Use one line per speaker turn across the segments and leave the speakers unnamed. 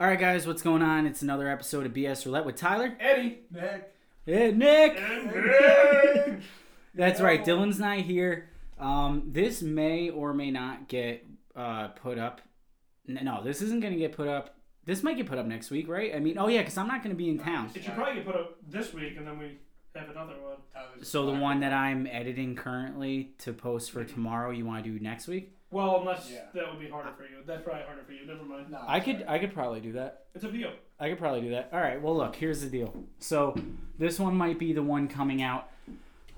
All right, guys, what's going on? It's another episode of BS Roulette with Tyler
Eddie.
Nick.
and Nick.
Nick.
That's right, Dylan's not here. Um, this may or may not get uh, put up. N- No, this isn't going to get put up. This might get put up next week, right? I mean, oh yeah, because I'm not going to be in town.
Uh, It should probably get put up this week, and then we have another one.
Tyler's
So the
fine.
one that I'm editing currently to post for tomorrow, you want to do next week?
Well, unless
Yeah.
that would be harder for you. That's probably harder for you. Never mind.
No,
I could,
sorry.
I could probably do that.
It's a deal.
I could probably do that. All right. Well, look, here's the deal. So this one might be the one coming out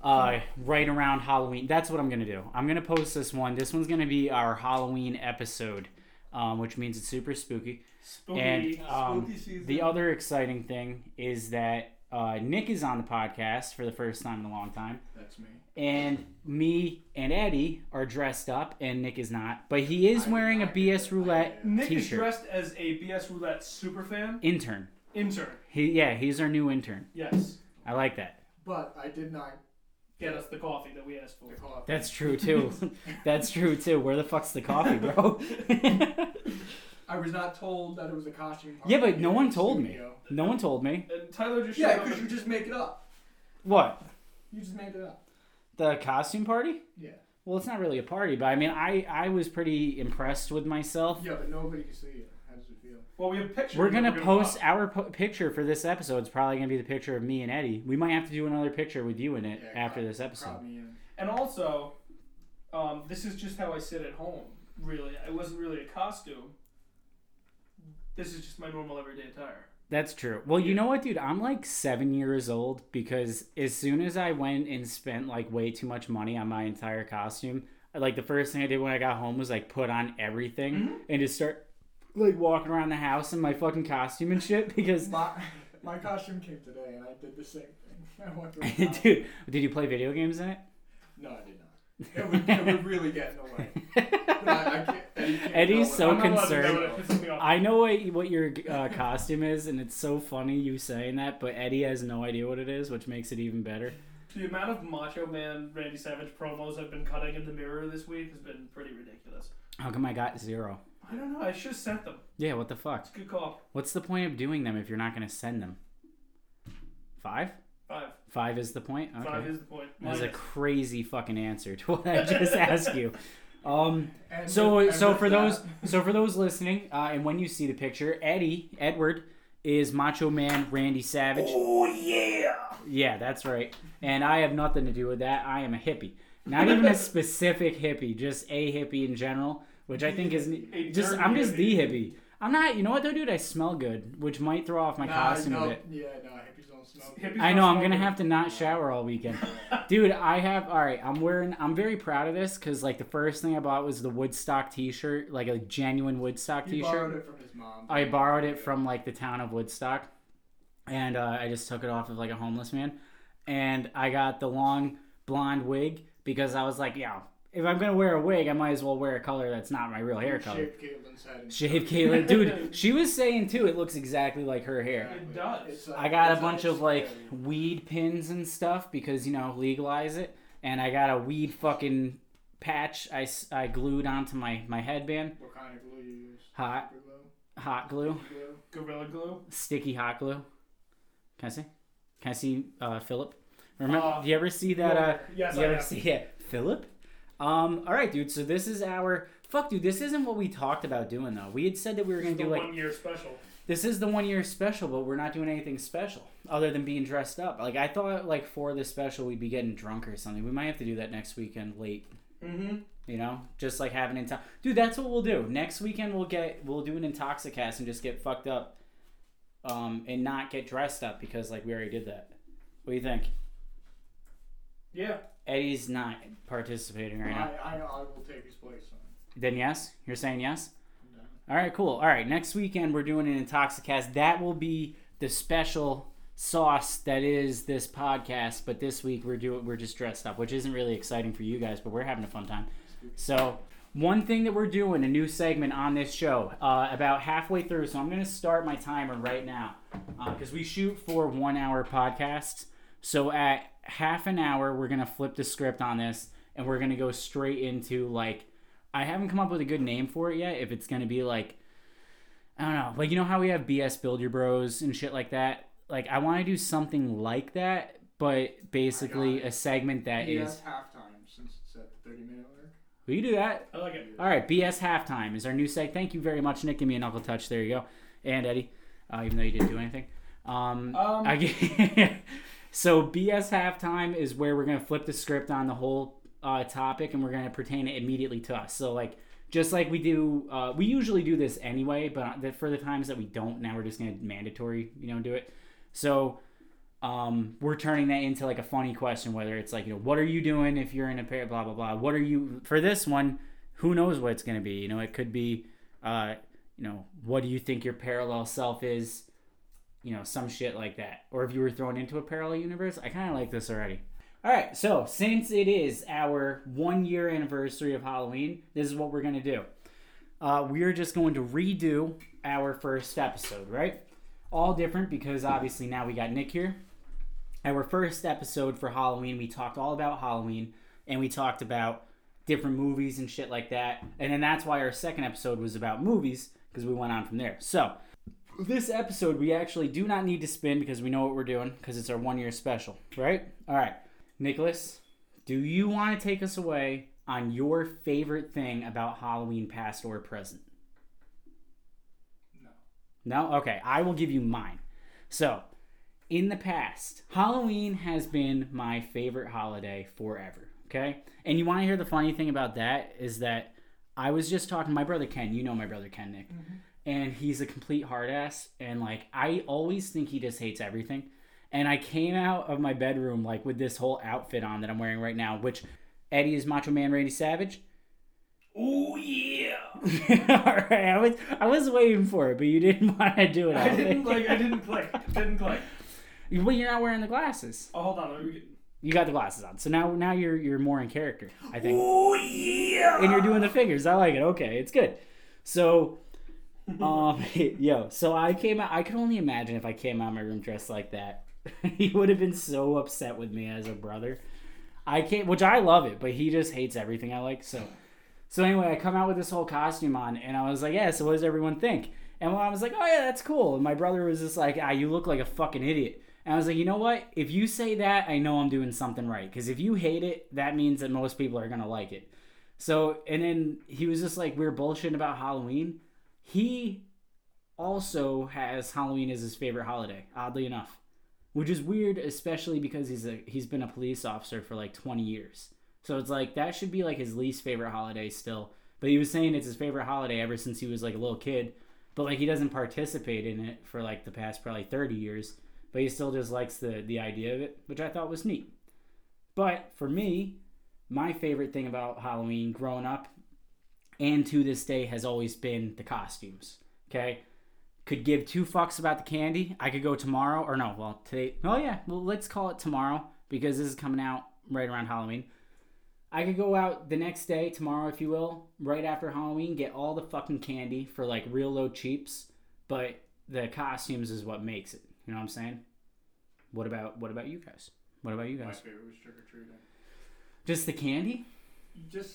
uh, right around Halloween. That's what I'm gonna do. I'm gonna post this one. This one's gonna be our Halloween episode, um, which means it's super spooky.
Spooky.
And um,
Spooky season.
the other exciting thing is that uh, Nick is on the podcast for the first time in a long time,
That's me.
and me and Eddie are dressed up, and Nick is not, but he is
I-
wearing a
I-
BS Roulette
I-
Nick is
T-shirt.
dressed as a BS Roulette superfan
intern.
intern.
He yeah, he's our new intern.
Yes.
I like that.
But I did not
Get us the coffee that we asked for.
the call.
That's true too. That's true too. Where the fuck's the coffee, bro?
I was not told that it was a costume.
Yeah, but
party
no
in
one
the
told me.
studio.
no one told me.
And Tyler just showed
Yeah,
up.
because you just make it up.
What?
You just made it up.
The costume party?
Yeah.
Well, it's not really a party, but I mean, I I was pretty impressed with myself.
Yeah, but nobody can see you. How does it feel?
Well, we have pictures.
We're
that
gonna post
pop.
our po- picture for this episode. It's probably gonna be the picture of me and Eddie. We might have to do another picture with you in it
Yeah,
after
crop-
this
crop
episode.
me in.
And also, um, this is just how I sit at home. Really, it wasn't really a costume. This is just my normal everyday attire.
That's true. Well, you
Yeah.
know what, dude? I'm like seven years old because as soon as I went and spent like way too much money on my entire costume, like the first thing I did when I got home was like put on everything and just start like walking around the house in my fucking costume and shit because.
My, my costume came today, and I did the same thing. I walked around.
Dude, did you play video games in it?
No, I did not. It would, it would really get in the way. But I, I can't, Eddie can't
Eddie's
tell
so
when-
I'm not allowed to
concerned.
know it. It pisses me off.
I know what, what your uh, costume is, and it's so funny you saying that, but Eddie has no idea what it is, which makes it even better.
The amount of Macho Man Randy Savage promos I've been cutting in the mirror this week has been pretty ridiculous.
How come I got zero?
I don't know. I should have sent them.
Yeah, what the fuck?
Good call.
What's the point of doing them if you're not going to send them? Five?
Five.
Five is the point? Okay.
Five is the point.
that was a
Minus.
crazy fucking answer to what I just asked you. Um,
And
so
with- and
so
with
for
that-
those so for those listening, uh, and when you see the picture, Eddie Edward is Macho Man Randy Savage.
Oh yeah.
Yeah, that's right. And I have nothing to do with that. I am a hippie. Not even a specific hippie, just a hippie in general, which I think is
A
just
dirty
I'm just the
hippie.
hippie. I'm not. You know what though, dude? I smell good, which might throw off my
Nah,
costume
no,
a bit.
Yeah, no, hippies don't smoke.
Hippies
I
don't
know I'm
smoke
gonna
weed.
have to not shower all weekend, dude. I have all right. I'm wearing. I'm very proud of this because like the first thing I bought was the Woodstock T-shirt, like a genuine Woodstock
He borrowed
T-shirt.
it from his mom.
I borrowed it from like the town of Woodstock, and uh, I just took it off of like a homeless man, and I got the long blonde wig because I was like, yeah, if I'm gonna wear a wig, I might as well wear a color that's not my real hair color.
Shaved Caitlin's head. and-
Shave Caitlyn, dude. She was saying too, it looks exactly like her hair.
It does.
It's like-
I got a
it's
bunch of like
scary.
weed pins and stuff because you know legalize it, and I got a weed fucking patch I, s- I glued onto my my headband.
What kind of glue you use?
Hot
Super glue?
hot glue,
Glue?
Gorilla glue.
sticky hot glue. Can I see? Can I see uh, Philip? Remember?
Uh,
do you ever see that? Uh,
yes,
you
I
ever
have.
see yeah, Philip? Um, all right, dude. So this is our fuck, dude. This isn't what we talked about doing though. We had said that we were gonna
It's the
do like
one year special.
this is the one year special, but we're not doing anything special other than being dressed up. Like I thought, like for this special, we'd be getting drunk or something. We might have to do that next weekend late.
Mm-hmm.
You know, just like having in time, dude. That's what we'll do next weekend. We'll get we'll do an intoxicast and just get fucked up, um, and not get dressed up because like we already did that. What do you think?
Yeah.
Eddie's not participating right now.
I, I, I will take his place on it.
Then yes, you're saying yes.
I'm down.
All right, cool. All right, next weekend we're doing an Intoxicast. That will be the special sauce that is this podcast. But this week we're doing we're just dressed up, which isn't really exciting for you guys, but we're having a fun time. So one thing that we're doing a new segment on this show uh, about halfway through. So I'm gonna start my timer right now because we shoot for one hour podcasts. So at half an hour we're gonna flip the script on this and we're gonna go straight into like I haven't come up with a good name for it yet. If it's gonna be like I don't know. Like you know how we have BS Build Your Bros and shit like that. Like I want to do something like that, but basically a segment that is.
BS halftime since it's at the 30 minute mark.
We can do that.
I like it.
All right, BS halftime is our new seg. Thank you very much, Nick. Give me an Uncle Touch. There you go, and Eddie, uh, even though you didn't do anything. Um,
Um,
I get- so BS halftime is where we're gonna flip the script on the whole uh, topic, and we're gonna pertain it immediately to us. So like, just like we do, uh, we usually do this anyway, but the, for the times that we don't, now we're just gonna mandatory, you know, do it. So um, we're turning that into like a funny question, whether it's like, you know, what are you doing if you're in a pair, blah blah blah. What are you for this one? Who knows what it's gonna be? You know, it could be, uh, you know, what do you think your parallel self is? you know, some shit like that. Or if you were thrown into a parallel universe, I kind of like this already. All right, so since it is our one year anniversary of Halloween, this is what we're going to do. Uh, we are just going to redo our first episode, right? All different because obviously now we got Nick here. Our first episode for Halloween, we talked all about Halloween and we talked about different movies and shit like that. And then that's why our second episode was about movies because we went on from there. So, this episode we actually do not need to spin because we know what we're doing because it's our one year special, right? All right, Nicholas, do you want to take us away on your favorite thing about Halloween, past or present?
No.
No? Okay, I will give you mine. So, in the past, Halloween has been my favorite holiday forever. Okay? And you want to hear the funny thing about that is that I was just talking to my brother Ken. You know my brother Ken, Nick. And he's a complete hard ass. And like, I always think he just hates everything. And I came out of my bedroom like with this whole outfit on that I'm wearing right now, which Eddie is Macho Man Randy Savage.
Oh yeah.
All right, I was I was waiting for it, but you didn't want to do it.
I
Alvin.
didn't like. I didn't click. Didn't click.
Well, you're not wearing the glasses.
Oh, hold on. Let me get...
You got the glasses on, so now now you're you're more in character. I think.
Oh yeah.
and you're doing the fingers. I like it. Okay, it's good. So, um, yo, so I came out. I could only imagine if I came out of my room dressed like that. he would have been so upset with me as a brother. I can't, which I love it, but he just hates everything I like. So, so anyway, I come out with this whole costume on, and I was like, "Yeah." So, what does everyone think? And well, I was like, "Oh yeah, that's cool." And my brother was just like, "Ah, you look like a fucking idiot." And I was like, "You know what? If you say that, I know I'm doing something right. Because if you hate it, that means that most people are gonna like it." So, and then he was just like, we were bullshitting about Halloween. He also has Halloween as his favorite holiday, oddly enough, which is weird, especially because he's a he's been a police officer for like 20 years. So it's like that should be like his least favorite holiday still. But he was saying it's his favorite holiday ever since he was like a little kid. But like he doesn't participate in it for like the past probably 30 years. But he still just likes the the idea of it, which I thought was neat. But for me, my favorite thing about Halloween growing up and to this day has always been the costumes. Okay. Could give two fucks about the candy. I could go tomorrow or no, well, today. Oh, yeah. Well, let's call it tomorrow because this is coming out right around Halloween. I could go out the next day, tomorrow, if you will, right after Halloween, get all the fucking candy for like real low cheaps, but the costumes is what makes it. You know what I'm saying? What about what about you guys? What about you
My
guys?
favorite was trick or treating.
Just the candy?
Just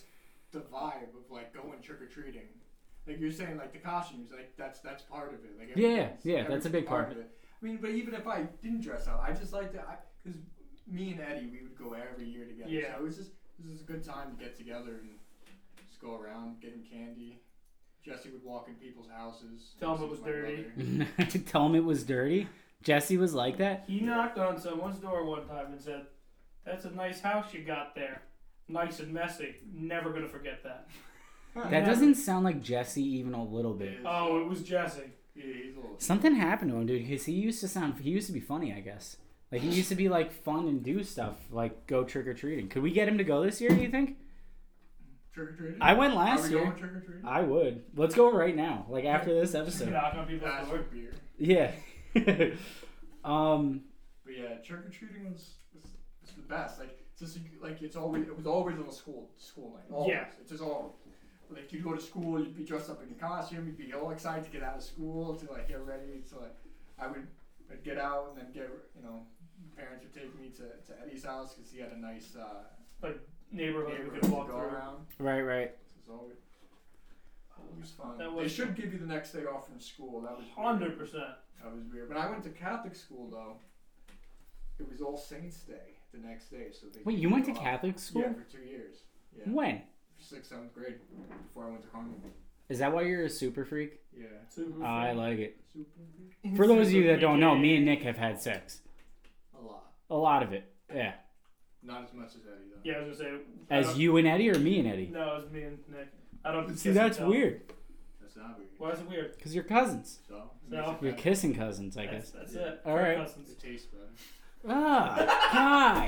the vibe of like going trick or treating. Like you're saying, like the costumes, like that's that's part of it. Like
Yeah,
everything's-
yeah, that's a big
everything's
part
it. I mean, but even if I didn't dress up, I just like to, because me and Eddie, we would go every year together.
Yeah.
So it was just this is a good time to get together and just go around getting candy. Jesse would walk in people's houses.
Tell 'em it
visit
was
my
dirty.
brother.
to tell him it was dirty. Jesse was like that.
He knocked on someone's door one time and said, "That's a nice house you got there. Nice and messy. Never gonna forget that."
That doesn't sound like Jesse even a little bit.
Oh, it was Jesse.
Yeah, he's a little.
Something happened to him, dude, because he used to sound. He used to be funny, I guess. Like he used to be like fun and do stuff, like go trick or treating. Could we get him to go this year? Do you think?
Trick or treating.
I went
Are
last
we
year.
going trick or treating?
I would. Let's go right now, like after this
Just
episode.
knock on people's
That's
door.
for beer.
Yeah. um.
But yeah, trick or treating was, was, was the best. Like it's just like it's always it was always on a school school night. Always.
Yeah.
It's just all like you'd go to school, you'd be dressed up in your costume, you'd be all excited to get out of school to like get ready. So like I would I'd get out and then get you know parents would take me to, to Eddie's house because he had a nice uh,
Neighborhood we
neighborhood
could
to
walk
go
through.
around.
Right. Right.
It was always It was fun.
That
they
was-
should give you the next day off from school. That was weird.
Hundred percent.
That was weird. When I went to Catholic school though, it was All Saints Day the next day, so they.
Wait,
gave
you went to
off.
Catholic school?
Yeah, for two years. Yeah,
When?
sixth, seventh grade before I went to Carmel.
Is that why you're a super freak?
Yeah.
I like it.
Super.
For those of you that don't know, me and Nick have had sex.
A lot.
A lot of it. Yeah.
Not as much as Eddie though.
Yeah, I was gonna say. I
As
don't-
you and Eddie or me and Eddie?
No, it was me and Nick. I don't.
See,
kiss
that's
and tell.
weird.
That's not weird.
Why is it weird?
Because you're cousins.
So. it
So-
makes it
You're
better.
kissing cousins, I
That's,
guess.
that's
Yeah.
it.
All right.
Cousins.
It tastes better.
Ah,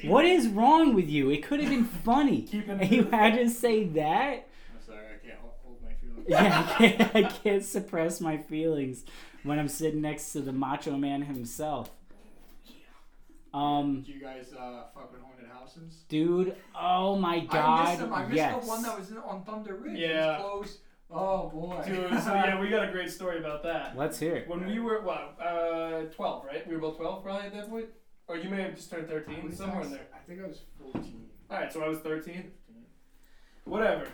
God. What is wrong with you? It could have been funny.
Keep it-
And you had to say that?
I'm sorry, I can't hol- hold my feelings.
Yeah, I can't, I can't suppress my feelings when I'm sitting next to the macho man himself. Um,
Do you guys uh, fuck with haunted houses?
dude, oh my
I
god.
missed them. I missed
yes.
the one that was in- on Thunder Ridge.
Yeah.
It was close. Oh boy.
Dude, so yeah, we got a great story about that.
Let's hear it.
When we were what, uh, twelve, right? We were both twelve, probably at that point. Or you may have just turned
I
thirteen,
was
somewhere in
actually-
there.
I think I was 14.
All right, so I was thirteen.
15.
Whatever.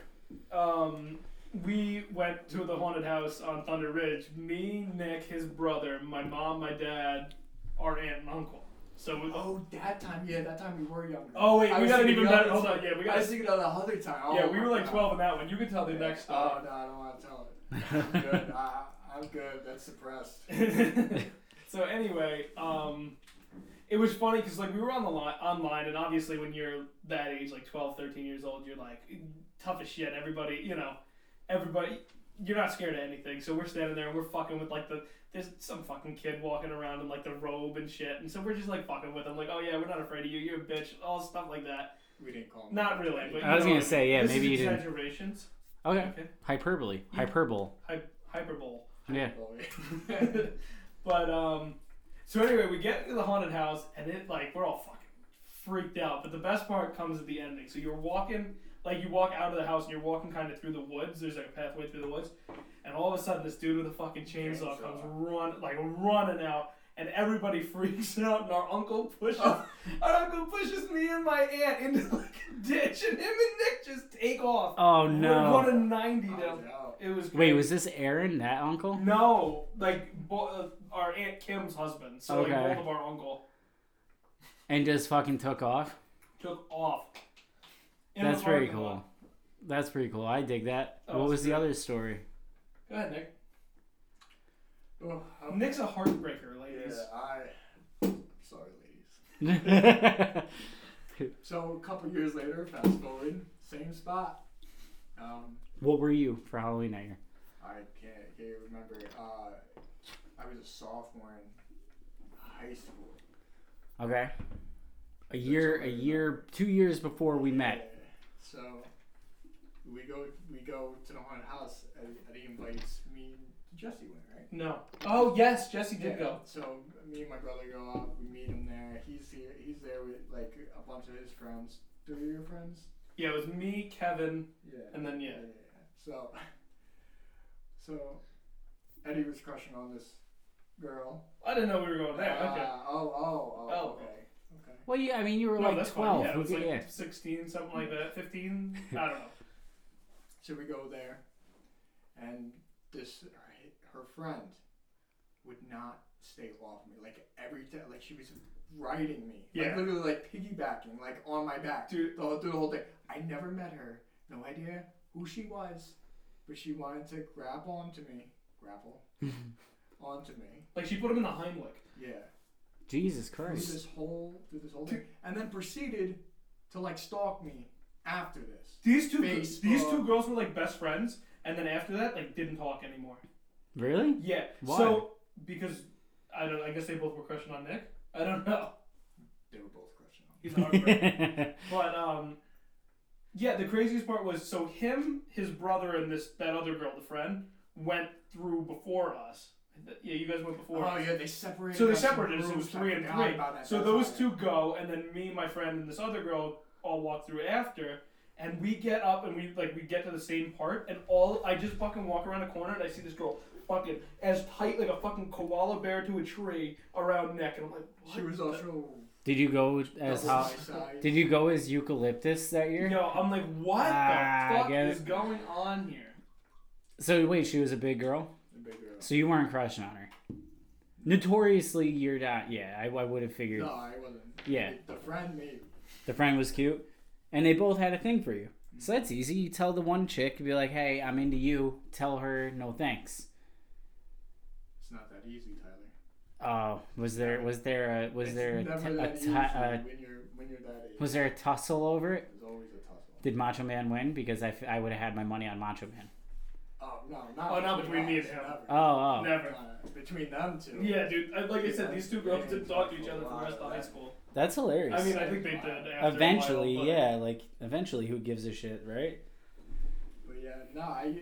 Um, we went to the haunted house on Thunder Ridge. Me, Nick, his brother, my mom, my dad, our aunt and uncle. So we, oh,
Oh, that time. Yeah, that time we were younger.
wait,
I
we
was
got an
thinking
even
of
better.
the
Hold
other
on, yeah, we
time. I
got.
was thinking of the other time. Oh,
yeah, we
my
were like
God.
twelve in that one. You can tell the
Yeah.
next story.
Oh no, I don't want to tell it. I'm good. I, I'm good. That's suppressed.
so anyway, um, it was funny because like we were on the line online, and obviously when you're that age, like 12, 13 years old, you're like tough as shit. Everybody, you know, everybody, you're not scared of anything. So we're standing there and we're fucking with like the there's some fucking kid walking around in like the robe and shit, and so we're just like fucking with him, like oh yeah, we're not afraid of you, you're a bitch, all stuff like that.
We didn't call him.
Not really, but
I was
you know
gonna
what
say, yeah,
This
maybe you
is
didn't.
exaggerations.
Okay.
Okay,
Hyperbole. Hyperbole.
Hy- hyperbole.
Yeah.
Oh,
but um, so anyway, we get into the haunted house, and it like we're all fucking freaked out. But the best part comes at the ending. So you're walking, like you walk out of the house, and you're walking kind of through the woods. There's like a pathway through the woods, and all of a sudden, this dude with a fucking chainsaw
Chainsaw.
comes run, like running out. And everybody freaks out, and our uncle pushes,
Oh.
our uncle pushes me and my aunt into like a ditch, and him and Nick just take off.
Oh
We're
no.
running ninety
Oh,
down.
no.
It was
Wait,
great.
was this Aaron, that uncle?
No, like bo- uh, our aunt Kim's husband. So
Okay.
like both of our uncle
And just fucking took off?
took off. In the
That's pretty
parking
cool.
lot.
That's pretty cool. I dig that.
Oh,
what
it's
was the
good.
other story?
Go ahead, Nick. Um,
Oh, I'm-
Nick's a heartbreaker,
yeah,
ladies.
I. Sorry, ladies.
Wait,
So a couple years later, fast forward, same spot. Um,
what were you for Halloween that year?
I can't, can't remember. Uh, I was a sophomore in high school.
Okay. A year, a year, two years before we met.
Yeah. So we go we go to the haunted house. and Eddie invites me. and Jesse went right.
No. Oh yes, Jesse did
Yeah,
go.
So me and my brother go up. We meet him there. He's here. He's there with like a bunch of his friends. Three of your friends.
Yeah, it was me, Kevin.
Yeah.
And then, Um, yeah.
So, so Eddie was crushing on this girl.
I didn't know we were going there.
Uh,
okay.
Oh, oh, oh,
Oh.
okay, okay.
Well, yeah, I mean, you were
No,
like
that's
twelve.
Fine. Yeah, it was
Okay,
like
yeah.
sixteen, something like that. Fifteen. I don't know.
So we go there, and this her friend would not stay off me. Like every time, like she was riding me,
Yeah.
like literally like piggybacking, like on my back,
Dude.
The whole, through the whole thing. I never met her. No idea who she was, but she wanted to grab onto me, grapple onto me.
Like she put him in the Heimlich.
Yeah.
Jesus
through
Christ.
this whole through this whole thing, and then proceeded to like stalk me after this.
These two,
Baseball.
these two girls were like best friends, and then after that, like didn't talk anymore.
Really?
Yeah.
Why?
So because I don't. I guess they both were crushing on Nick. I don't know.
They were both crushing on me.
He's a heartbreaker. but um, yeah. The craziest part was so him, his brother, and this that other girl, the friend, went through before us. Yeah, you guys went before.
Oh
us.
yeah, they separated.
So they
us in
separated us. It was
groups. I
three and
forgot
three.
about that.
So
That's
those
right.
two go, and then me, my friend, and this other girl all walk through after. And we get up and we like we get to the same part, and all I just fucking walk around a corner and I see this girl fucking as tight like a fucking koala bear to a tree around neck, and I'm like, what
She was
the-
also
Did you go as
double
how?
my size.
Did you go as eucalyptus that year?
Yo, I'm like, what
Ah, I
the fuck
get
is
it.
going on here?
So wait, she was a big girl.
The big girl.
So you weren't crushing on her. Notoriously, you're not. Yeah, I, I would have figured
No, I wasn't.
Yeah.
The friend, me.
the friend was cute, and they both had a thing for you. So that's easy. You tell the one chick, be like, "Hey, I'm into you." Tell her, "No thanks."
It's not that easy, Tyler.
Oh, was there was there a was
It's
there a,
never
t- a,
that
t-
easy
a
when you're when you're that age.
was there a tussle over it?
There's always a tussle.
Did Macho Man win? Because I, f- I would have had my money on Macho Man.
Oh no, not
Oh, not between me and
us,
him.
never.
Oh, oh.
Never.
Uh, between them two.
Yeah, dude. I- Like I said,
Yeah.
these two girls didn't talk to each other for the rest of high school.
That's hilarious.
I mean, I think they did. After
eventually,
a while, but-
yeah, like eventually, who gives a shit, right?
But yeah, no, I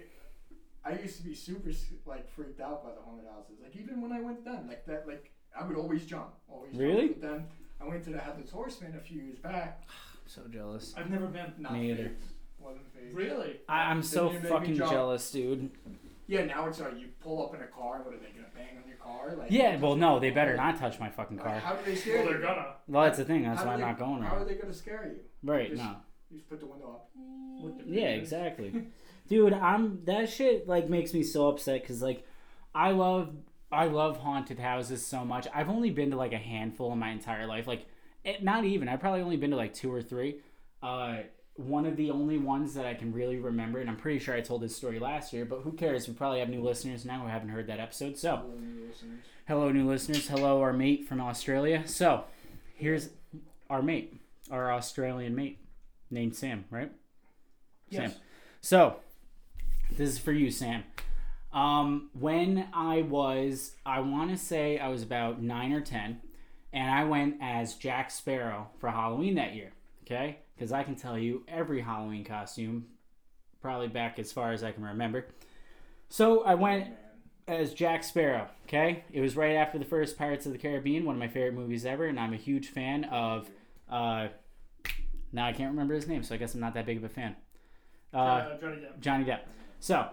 I used to be super like freaked out by the haunted houses. Like even when I went then, like that, like I would always jump, always.
Really?
Jump. But then I went to the Headless Horseman a few years back.
so jealous.
I've never been.
Not
Me either.
Phased. Wasn't phased.
Really?
I, I'm so
you made me
fucking
jump.
jealous, dude.
Yeah, now it's like you pull up in a car. What are they gonna bang on your car? Like
Yeah, well, no, they better not touch my fucking
Like,
car.
how do they scare
Well,
you?
they're gonna.
Well, that's the thing. That's
How do
why I'm
they-
not going
How
there.
are they gonna scare you?
Right?
just-
No.
You just put the window up.
With the
Yeah,
penis.
exactly. Dude, I'm that shit like makes me so upset cuz like I love I love haunted houses so much. I've only been to like a handful in my entire life. Like it, not even. I've probably only been to like two or three. Uh one of the only ones that I can really remember, and I'm pretty sure I told this story last year, but who cares? We probably have new listeners now who haven't heard that episode. So,
Hello, new listeners.
hello, new listeners. Hello, our mate from Australia. So, here's our mate, our Australian mate named Sam, right?
Yes.
Sam. So, this is for you, Sam. Um, when I was, I want to say I was about nine or 10, and I went as Jack Sparrow for Halloween that year, okay? Because I can tell you every Halloween costume, probably back as far as I can remember. So, I went
Man.
as Jack Sparrow. Okay, it was right after the first Pirates of the Caribbean, one of my favorite movies ever, and I'm a huge fan of. Uh, now I can't remember his name, so I guess I'm not that big of a fan. Uh,
Uh, Johnny Depp.
Johnny Depp. So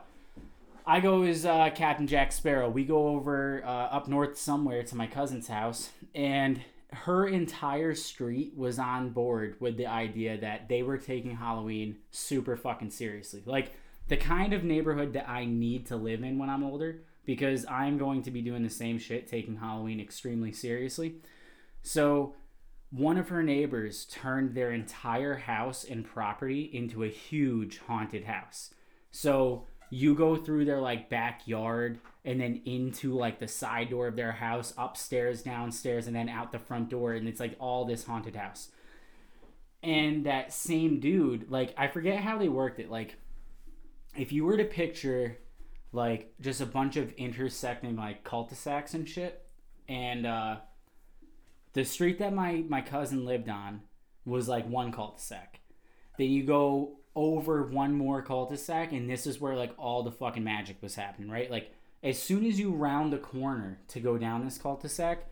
I go as uh, Captain Jack Sparrow. We go over uh, up north somewhere to my cousin's house, and her entire street was on board with the idea that they were taking Halloween super fucking seriously. Like the kind of neighborhood that I need to live in when I'm older because I'm going to be doing the same shit, taking Halloween extremely seriously. So one of her neighbors turned their entire house and property into a huge haunted house. So you go through their like backyard and then into like the side door of their house, upstairs, downstairs, and then out the front door, and it's like all this haunted house. And that same dude, like I forget how they worked it. Like, if you were to picture like just a bunch of intersecting like cul-de-sacs and shit, and uh, the street that my my cousin lived on was like one cul-de-sac. Then you go over one more cul-de-sac, and this is where like all the fucking magic was happening, right? Like as soon as you round the corner to go down this cul-de-sac,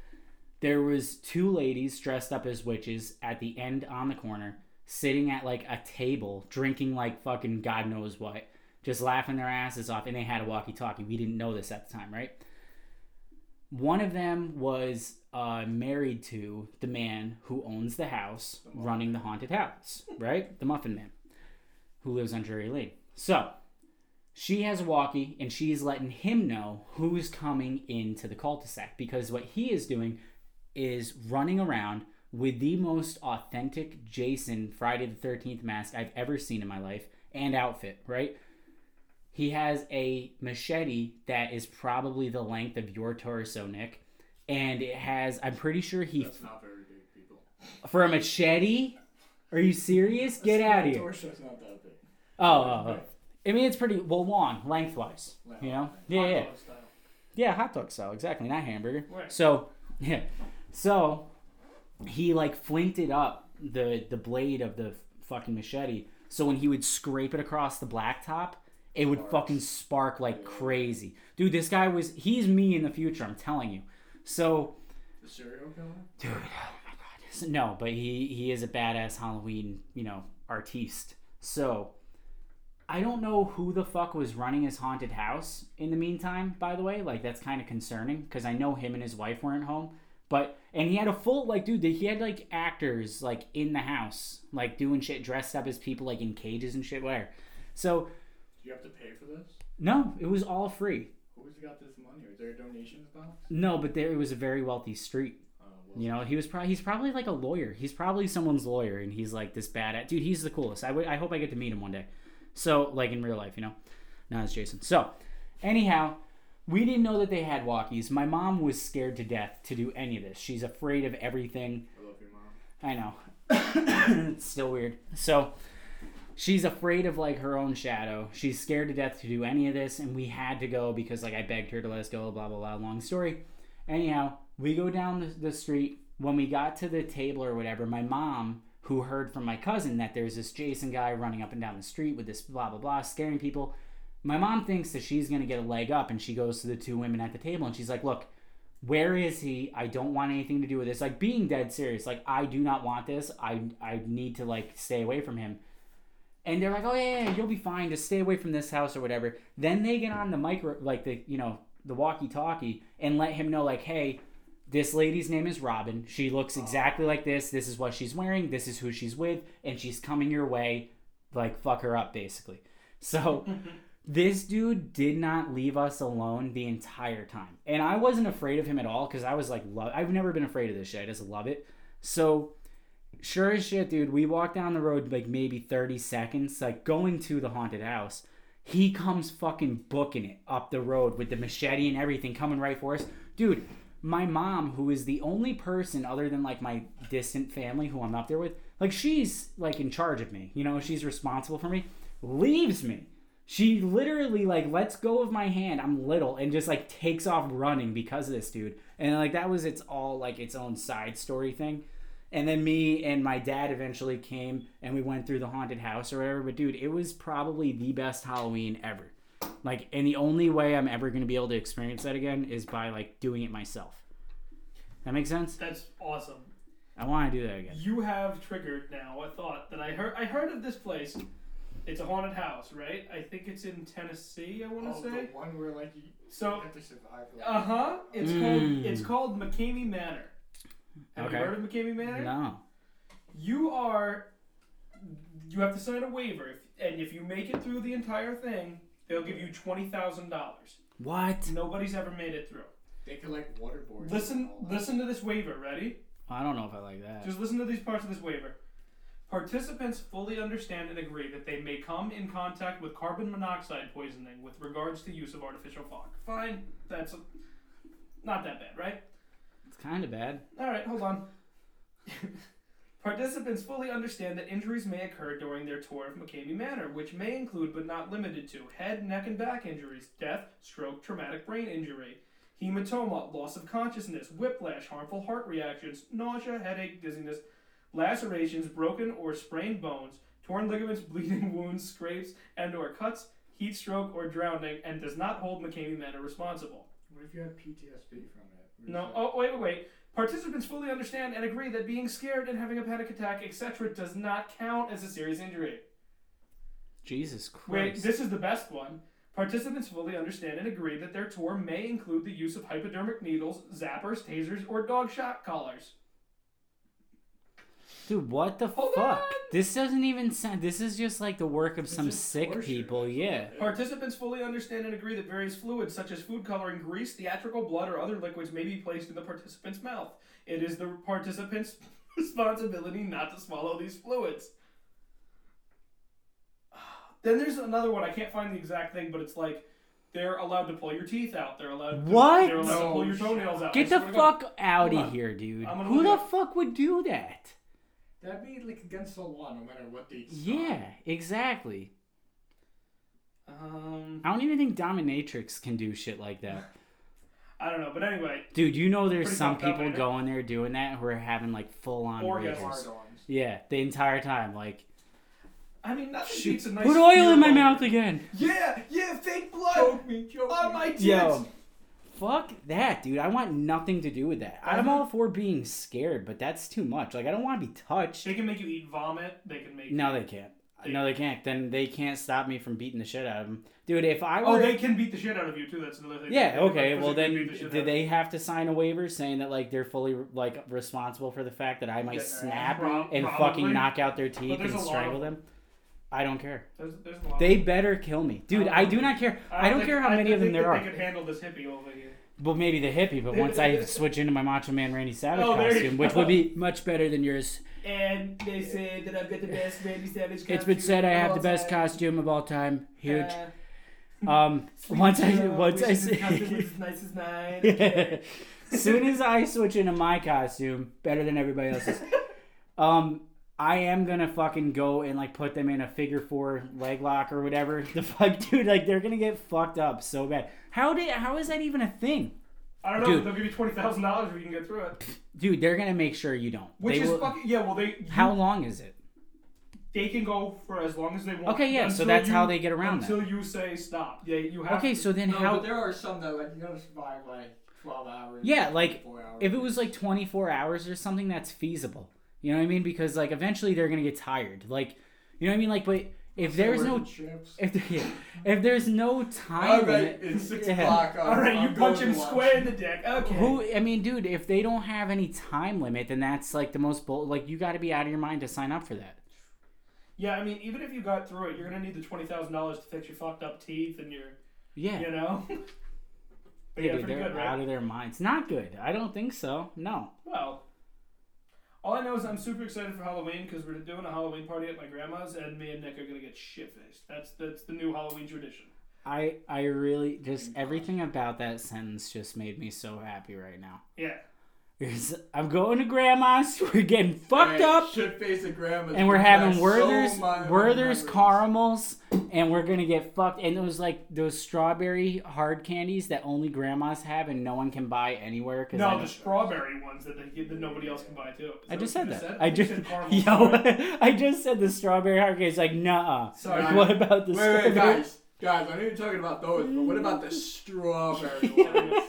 there was two ladies dressed up as witches at the end on the corner, sitting at like a table, drinking like fucking god knows what, just laughing their asses off, and they had a walkie-talkie. We didn't know this at the time, right? One of them was uh, married to the man who owns the house running the haunted house, right? The Muffin Man, who lives on Drury Lane. So she has a walkie and she's letting him know who's coming into the cul de sac because what he is doing is running around with the most authentic Jason Friday the 13th mask I've ever seen in my life and outfit, right? He has a machete that is probably the length of your torso, Nick. And it has, I'm pretty sure he,
That's not very big, people.
for a machete? Are you serious? Get out of
My
here.
torso's not that big.
Oh, oh, oh. I mean, it's pretty, well, long, lengthwise. You know? Yeah,
Hot
yeah.
dog style.
Yeah, hot dog style, exactly, not hamburger.
Right.
So, yeah, so he like flinted up the the blade of the fucking machete. So when he would scrape it across the blacktop, it would fucking spark like crazy, dude. This guy was he's me in the future. I'm telling you. So,
The serial killer?
dude, oh my god, So- no, but he he is a badass Halloween you know artiste. So. I don't know who the fuck was running his haunted house in the meantime, by the way. Like, that's kind of concerning because I know him and his wife weren't home. But, and he had a full, like, dude, he had, like, actors, like, in the house, like, doing shit dressed up as people, like, in cages and shit, whatever. So,
Do you have to pay for this?
No, it was all free.
Who's got this money? Is there a donations box?
No, but there it was a very wealthy street.
Uh,
You know, he was probably he's probably like a lawyer. He's probably someone's lawyer, and he's like this bad at dude. He's the coolest. I would- I hope I get to meet him one day. So like in real life, you know, not as Jason. So anyhow, we didn't know that they had walkies. My mom was scared to death to do any of this. She's afraid of everything.
I love your mom.
I know. it's still weird. So she's afraid of like her own shadow. She's scared to death to do any of this, and we had to go because like I begged her to let us go, blah blah blah. Long story. Anyhow, we go down the, the street. When we got to the table or whatever, my mom, who heard from my cousin that there's this Jason guy running up and down the street with this blah blah blah, scaring people. My mom thinks that she's gonna get a leg up, and she goes to the two women at the table and she's like, "Look, where is he i don't want anything to do with this like being dead serious like i do not want this i i need to like stay away from him and they're like oh yeah, yeah, yeah, you'll be fine just stay away from this house or whatever then they get on the micro like the you know the walkie talkie and let him know like hey this lady's name is robin she looks exactly like this this is what she's wearing this is who she's with and she's coming your way like fuck her up basically so this dude did not leave us alone the entire time. And I wasn't afraid of him at all because I was like, love. I've never been afraid of this shit. I just love it. So, sure as shit, dude, we walked down the road like maybe 30 seconds, like going to the haunted house. He comes fucking booking it up the road with the machete and everything coming right for us. Dude, my mom, who is the only person other than like my distant family who I'm up there with, like she's like in charge of me. You know, she's responsible for me, leaves me. She literally like lets go of my hand. I'm little and just like takes off running because of this dude. And like that was its all like its own side story thing. And then me and my dad eventually came and we went through the haunted house or whatever. But dude, it was probably the best Halloween ever. Like and the only way I'm ever going to be able to experience that again is by like doing it myself. That makes sense?
That's awesome.
I want to do that again.
You have triggered now a thought that I heard. I heard of this place. It's a haunted house, right? I think it's in Tennessee. I want
Oh,
to
the
say.
one where like you
So,
have to survive. Like,
uh huh. It's
Mm.
called it's called McCamey Manor. Have
Okay.
you heard of McCamey Manor?
No.
You are. You have to sign a waiver, if, and if you make it through the entire thing, they'll give you twenty thousand dollars.
What?
Nobody's ever made it through.
They could like waterboard.
Listen,
and all that.
listen to this waiver. Ready?
I don't know if I like that.
Just listen to these parts of this waiver. Participants fully understand and agree that they may come in contact with carbon monoxide poisoning with regards to use of artificial fog. Fine, that's not that bad, right?
It's kind of bad.
All right, hold on. Participants fully understand that injuries may occur during their tour of McCamey Manor, which may include but not limited to head, neck, and back injuries, death, stroke, traumatic brain injury, hematoma, loss of consciousness, whiplash, harmful heart reactions, nausea, headache, dizziness, lacerations, broken or sprained bones, torn ligaments, bleeding wounds, scrapes, and/or cuts, heat stroke, or drowning, and does not hold McCamey Manor responsible.
What if you had PTSD from it? What if
No.
you-
Oh, wait, wait, wait. Participants fully understand and agree that being scared and having a panic attack, etc., does not count as a serious injury.
Jesus Christ.
Wait, this is the best one. Participants fully understand and agree that their tour may include the use of hypodermic needles, zappers, tasers, or dog shot collars.
Dude, what the
Hold
fuck?
on.
This doesn't even sound. This is just like the work of some
just
sick
torture.
people. Yeah.
Participants fully understand and agree that various fluids, such as food coloring, grease, theatrical blood, or other liquids, may be placed in the participant's mouth. It is the participant's responsibility not to swallow these fluids. Then there's another one. I can't find the exact thing, but it's like they're allowed to pull your teeth out. They're allowed. To,
What?
They're allowed to
No
pull your
shit.
toenails out. I
Get the
swear to God.
fuck out
Hold
of
on.
here, dude.
I'm gonna
Who the
look it
fuck would do that?
That'd be like against the law, no matter what they.
Yeah, exactly.
Um,
I don't even think Dominatrix can do shit like that.
I don't know, but anyway,
Dude, you know there's
Pretty
some
fucked up,
people
ain't it?
going there doing that who are having like full on
Orgasms.
rages.
Hard arms.
Yeah, the entire time. Like,
I mean nothing
shoot,
beats a nice.
put oil
beer
in my
bong.
mouth again.
Yeah, yeah, fake blood
Choke me, choke
on
me.
my tits.
Yo. Fuck that, dude. I want nothing to do with that. I'm
Uh-huh.
all for being scared, but that's too much. Like, I don't want to be touched.
They can make you eat vomit. They can make.
No, they can't. No, they can't. Then they can't stop me from beating the shit out of them, dude. If I were,
Oh, they can beat the shit out of you too. That's another thing. They
yeah,
can, like,
okay. Well,
physically
then
beat the shit out
did
of
they have to sign a waiver saying that like they're fully like responsible for the fact that I might
Yeah,
snap
prob-
and
probably.
fucking knock out their teeth
there's
and
a lot
strangle
of-
them? I don't care.
There's, there's a lot.
They better kill me, dude. I do not care. I don't
think-
care how many
I
of them
think
there
that
are.
They could handle this hippie over here.
Well, maybe the hippie, but once I switch into my Macho Man Randy Savage
Oh, there you
costume, which
go.
would be much better than yours.
And they said that I've got the best Randy Savage
It's been said I have the best costume of all time. Huge.
Uh,
Um, once I once I see,
nice as mine.
soon as I switch into my costume, better than everybody else's. Um, I am gonna fucking go and like put them in a figure four leg lock or whatever. The fuck, dude, like they're gonna get fucked up so bad. How did? How is that even a thing?
I don't know.
Dude.
They'll give you twenty thousand dollars if you can get through it.
Dude, they're gonna make sure you don't.
Which
They
is
will-
fucking yeah. Well, they
How long is it?
they can go for as long as they want.
Okay, yeah, so
until
that's
you-
how they get around
Until you say stop. Yeah, you have.
Okay,
to-
so then
No,
how?
but there are some that like you gotta survive like twelve hours.
Yeah, like,
24 hours.
if it was like 24 hours or something that's feasible you know what i mean because like eventually they're gonna get tired like you know what i mean like but if
They
there's
were
no
the chips.
if, there- yeah, if there's no time
All right,
limit-
it's six
yeah.
o'clock. I'm-
all right,
I'm
you uh, punch
going
him
to lunch.
square in the dick. Okay.
who i mean dude if they don't have any time limit then that's like the most bull like you got to be out of your mind to sign up for that
Yeah, I mean, even if you got through it, you're gonna need the twenty thousand dollars to fix your fucked up teeth and your,
yeah
you know.
yeah,
but yeah,
dude,
pretty
they're
good, right?
out of their minds. Not good. I don't think so. No.
Well, all I know is I'm super excited for Halloween because we're doing a Halloween party at my grandma's, and me and Nick are gonna get shit faced. That's that's the new Halloween tradition.
I I really just everything about that sentence just made me so happy right now.
Yeah.
Because I'm going to grandma's. We're getting fucked
Right,
up.
Shit face at grandma's.
and we're
We've
having
got
Werther's
so many
Werther's
memories.
caramels, and we're gonna get fucked. And those like those strawberry hard candies that only grandmas have and no one can buy anywhere. Cause
No,
I,
the strawberry ones that they that nobody else can buy too. Is
I
what
just
you
said that.
said?
I
You
just
said caramel,
yo,
right?
I just said the strawberry hard candies. Like nah.
Sorry.
Like, what about the
Wait,
strawberry?
wait, guys, guys. I know you're talking about those, but what about the strawberry ones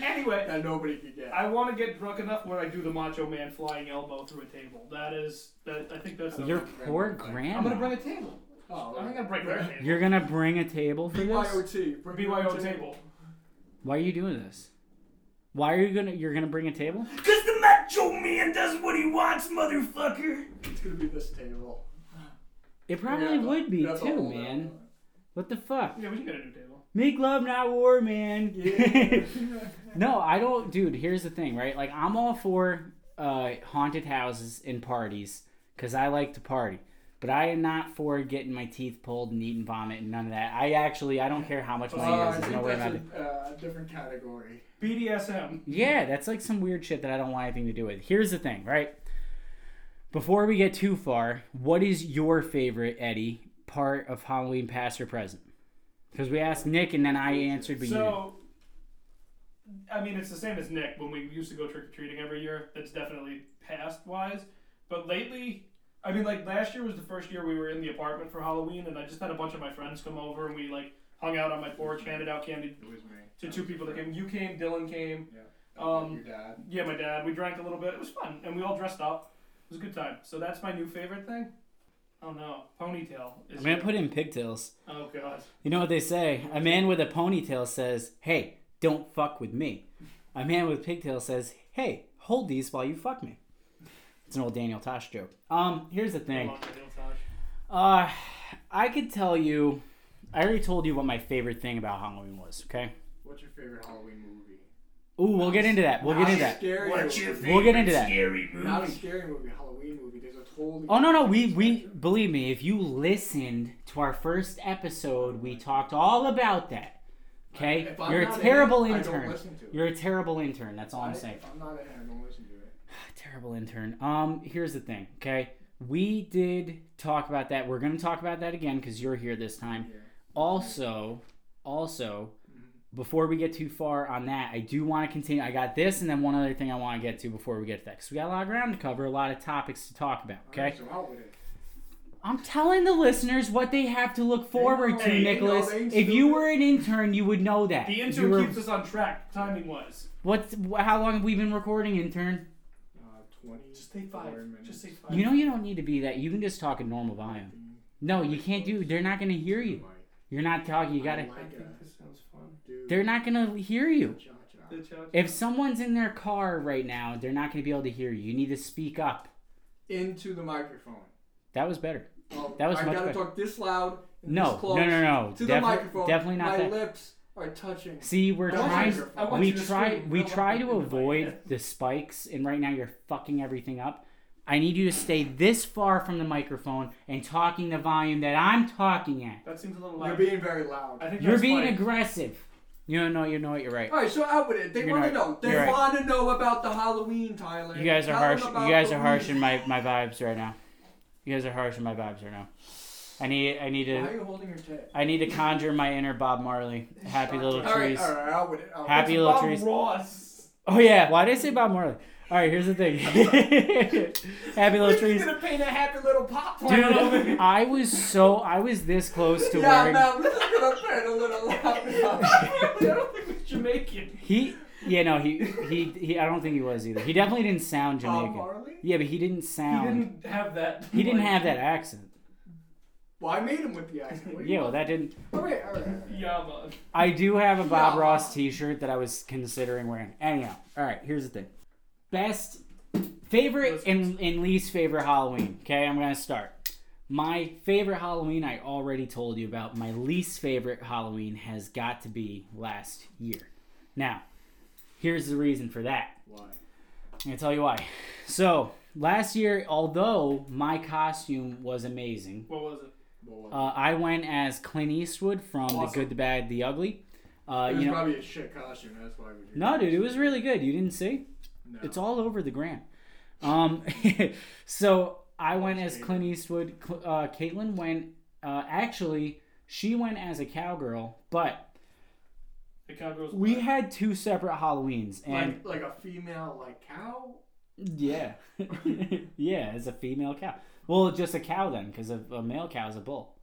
Anyway,
that nobody could get?
I want to get drunk enough where I do the Macho Man flying elbow through a table. That is that. I think that's.
Your
The,
poor grandma.
I'm gonna bring a table. Oh,
I'm not gonna break that table.
You're gonna bring a table for this.
BYOT. Bring your
BYO
own
table.
Why are you doing this? Why are you gonna? You're gonna bring a table?
Cause the Macho Man does what he wants, motherfucker.
It's gonna be this table.
It probably
Yeah,
would be
that's a
too,
whole other
man.
one.
What the fuck?
Yeah, we can get a new table.
Make love, not war, man.
Yeah.
no, I don't, dude. Here's the thing, right? Like, I'm all for uh, haunted houses and parties because I like to party, but I am not for getting my teeth pulled and eating vomit and none of that. I actually, I don't care how much money
Uh,
it
I
is. There's
think
no way
that's
about it.
a uh, different category.
BDSM.
Yeah, that's like some weird shit that I don't want anything to do with. Here's the thing, right? Before we get too far, what is your favorite Eddie part of Halloween, past or present? Because we asked Nick and then I answered, but you.
So, I mean, it's the same as Nick when we used to go trick or treating every year. That's definitely past wise. But lately, I mean, like last year was the first year we were in the apartment for Halloween, and I just had a bunch of my friends come over and we like hung out on my porch, handed out candy
It was me.
to two people that came. You came, Dylan came.
Um,
um,
your dad.
Yeah, my dad. We drank a little bit. It was fun, and we all dressed up. It was a good time. So that's my new favorite thing. Oh no, ponytail. Is
I'm going to put in pigtails.
oh god.
You know what they say? A man with a ponytail says, "Hey, don't fuck with me." A man with pigtails says, "Hey, hold these while you fuck me." It's an old Daniel Tosh joke. Um, here's the thing.
Ponytail, Tosh.
Uh, I could tell you, I already told you what my favorite thing about Halloween was. Okay.
What's your favorite Halloween movie?
Ooh, we'll get into that. We'll get into
Not a
that.
Scary movie.
We'll get into that.
Not a scary movie. Halloween movie. There's a totally.
Oh no no we we believe me if you listened to our first episode we talked all about that. Okay,
If I'm
you're
not
a
in it,
terrible
I don't
intern.
listen to it.
You're a terrible intern. That's all
I,
I'm saying.
if I'm not in it. I don't listen to it.
terrible intern. Um, here's the thing, okay? We did talk about that. We're gonna talk about that again because you're here this time.
Yeah.
Also, also, before we get too far on that, I do want to continue. I got this, and then one other thing I want to get to before we get to that, because we got a lot of ground to cover, a lot of topics to talk about.
All
Okay,
right, so out with it.
I'm telling the listeners what they have to look forward to,
Hey, you know,
Nicholas.
they ain't
If you
stupid.
were an intern, you would know that.
The
You
intern
were-
keeps us on track, timing wise.
What's how long have we been recording, intern?
Uh, Twenty.
Just say five. Just say five.
You know you don't need to be that. You can just talk at normal volume. No, you can't do. They're not gonna hear you. You're not talking. You gotta.
I
Like,
think
uh,
this sounds fun.
dude.
They're not gonna hear you.
Cha-cha.
The cha-cha.
If someone's in their car right now, they're not gonna be able to hear you. You need to speak up.
Into the microphone.
That was better.
Well,
That was
I
much
gotta
better.
talk this loud. And
No,
this close
no, no, no.
To the
Defi-
microphone.
definitely not
My
that.
lips are touching.
See, we're
I want
trying.
you to- I
want
We
you to
try.
scream. I
We
want
try
you
to
to fight
avoid
it.
the spikes, and right now you're fucking everything up. I need you to stay this far from the microphone and talking the volume that I'm talking at.
That seems a little
You're
loud.
being very loud.
I think
You're
that's
being
like-
aggressive. You know, no, you know what? You're right.
All right, so out with it. They
You're
want
right.
to know. They
You're right.
want to know about the Halloween, Tyler.
You guys are
Tell
harsh. You
them about
guys
the
are harsh in
weed.
my my vibes right now. You guys are harsh in my vibes right now. I need. I need
Why are
to.
you holding your tip?
I need to conjure my inner Bob Marley. Happy
Shut
little
up.
All right,
trees.
all right, out with it. out with
Happy
it.
little
Bob
trees.
Ross.
Oh yeah, why did I say Bob Marley? All right, here's the thing. Happy little trees.
You're gonna paint a happy little pop
Dude, I was so I was this close to
yeah,
wearing
no, we're not gonna paint a little
I
loud.
don't think it's Jamaican.
he yeah no he, he he I don't think he was either. He definitely didn't sound
Bob
Jamaican.
Marley?
yeah, but he didn't
He
sound. He didn't,
didn't have that. like,
have that accent.
Well, I made him with the accent. What do you
Yeah, well that didn't.
All right, all right. all right.
Yeah, man.
I do have a Bob
Yeah.
Ross T-shirt that I was considering wearing. Anyhow, all right, here's the thing. Best favorite and, and least favorite Halloween. Okay, I'm gonna start. My favorite Halloween, I already told you about. My least favorite Halloween has got to be last year. Now, here's the reason for that.
Why?
I'm gonna tell you why. So last year, although my costume was amazing,
What was it?
Well,
uh, I went as Clint Eastwood from The
Awesome.
Good, the Bad, the Ugly. Uh,
it was
you know,
probably a shit costume. That's why we did.
no, dude, it was really good. You didn't see?
No.
It's all over the gram. Um, so I went as
Caitlyn.
Clint Eastwood. Cl- Uh, Caitlin went. Uh, actually, she went as a cowgirl, but
The cowgirls.
we had two separate Halloweens, and
like, like a female like cow.
yeah, yeah, as a female cow. Well, just a cow then, because a, a male cow is a bull.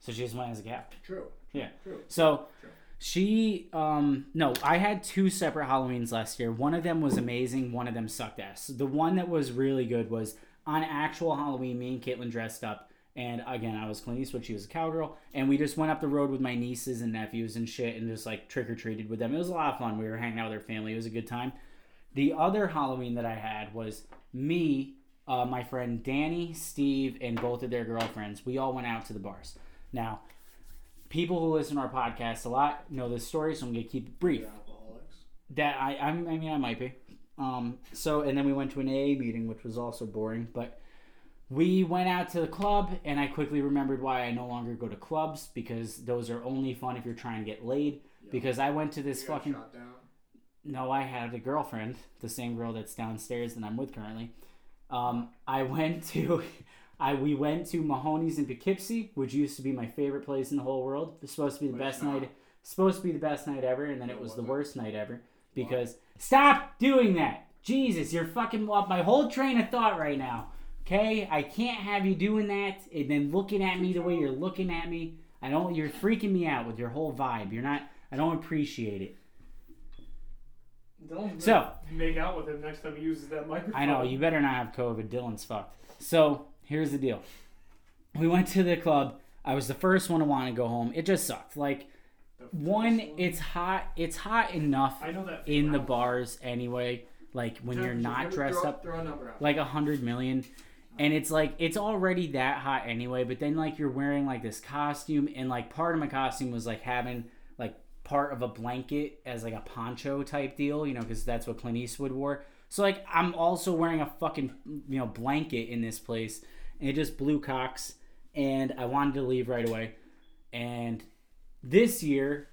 So she just went as a cow.
True.
Yeah.
True.
So
Sure.
she, um, no, I had two separate Halloweens last year. One of them was amazing. One of them sucked ass. The one that was really good was on actual Halloween. Me and Caitlin dressed up, and again, I was Clint Eastwood. She was a cowgirl, and we just went up the road with my nieces and nephews and shit, and just like trick or treated with them. It was a lot of fun. We were hanging out with their family. It was a good time. The other Halloween that I had was me, uh, my friend Danny, Steve, and both of their girlfriends. We all went out to the bars. Now, people who listen to our podcast a lot know this story, so I'm gonna keep it brief.
You're alcoholics.
That I, I'm, I mean, I might be. Um. So, and then we went to an AA meeting, which was also boring. But we went out to the club, and I quickly remembered why I no longer go to clubs because those are only fun if you're trying to get laid. Because I went to this
You got
fucking
shot down.
no, I had a girlfriend, the same girl that's downstairs that I'm with currently. Um, I went to, I we went to Mahoney's in Poughkeepsie, which used to be my favorite place in the whole world. It's supposed to be the
But it's
best
not.
night, supposed to be the best night ever, and then it
No,
was
it
the
wasn't.
worst night ever because stop doing that, Jesus! You're fucking up my whole train of thought right now. Okay, I can't have you doing that and then looking at me the way you're looking at me. I don't. You're freaking me out with your whole vibe. You're not. I don't appreciate it.
Don't
So.
make out with him next time he uses that microphone.
I know you better not have COVID. Dylan's fucked. So here's the deal. We went to the club. I was the first one to want to go home. It just sucked. Like
The first
one, it's hot. It's hot enough
I know that.
in the
feeling.
bars anyway. Like when you're
Just
not
give it-
dressed
throw,
up
Throw a number out.
like a hundred million, and it's like it's already that hot anyway. But then like you're wearing like this costume, and like part of my costume was like having like part of a blanket as like a poncho type deal, you know, because that's what Clint Eastwood wore. So like I'm also wearing a fucking you know blanket in this place, and it just blew cocks, and I wanted to leave right away. And this year,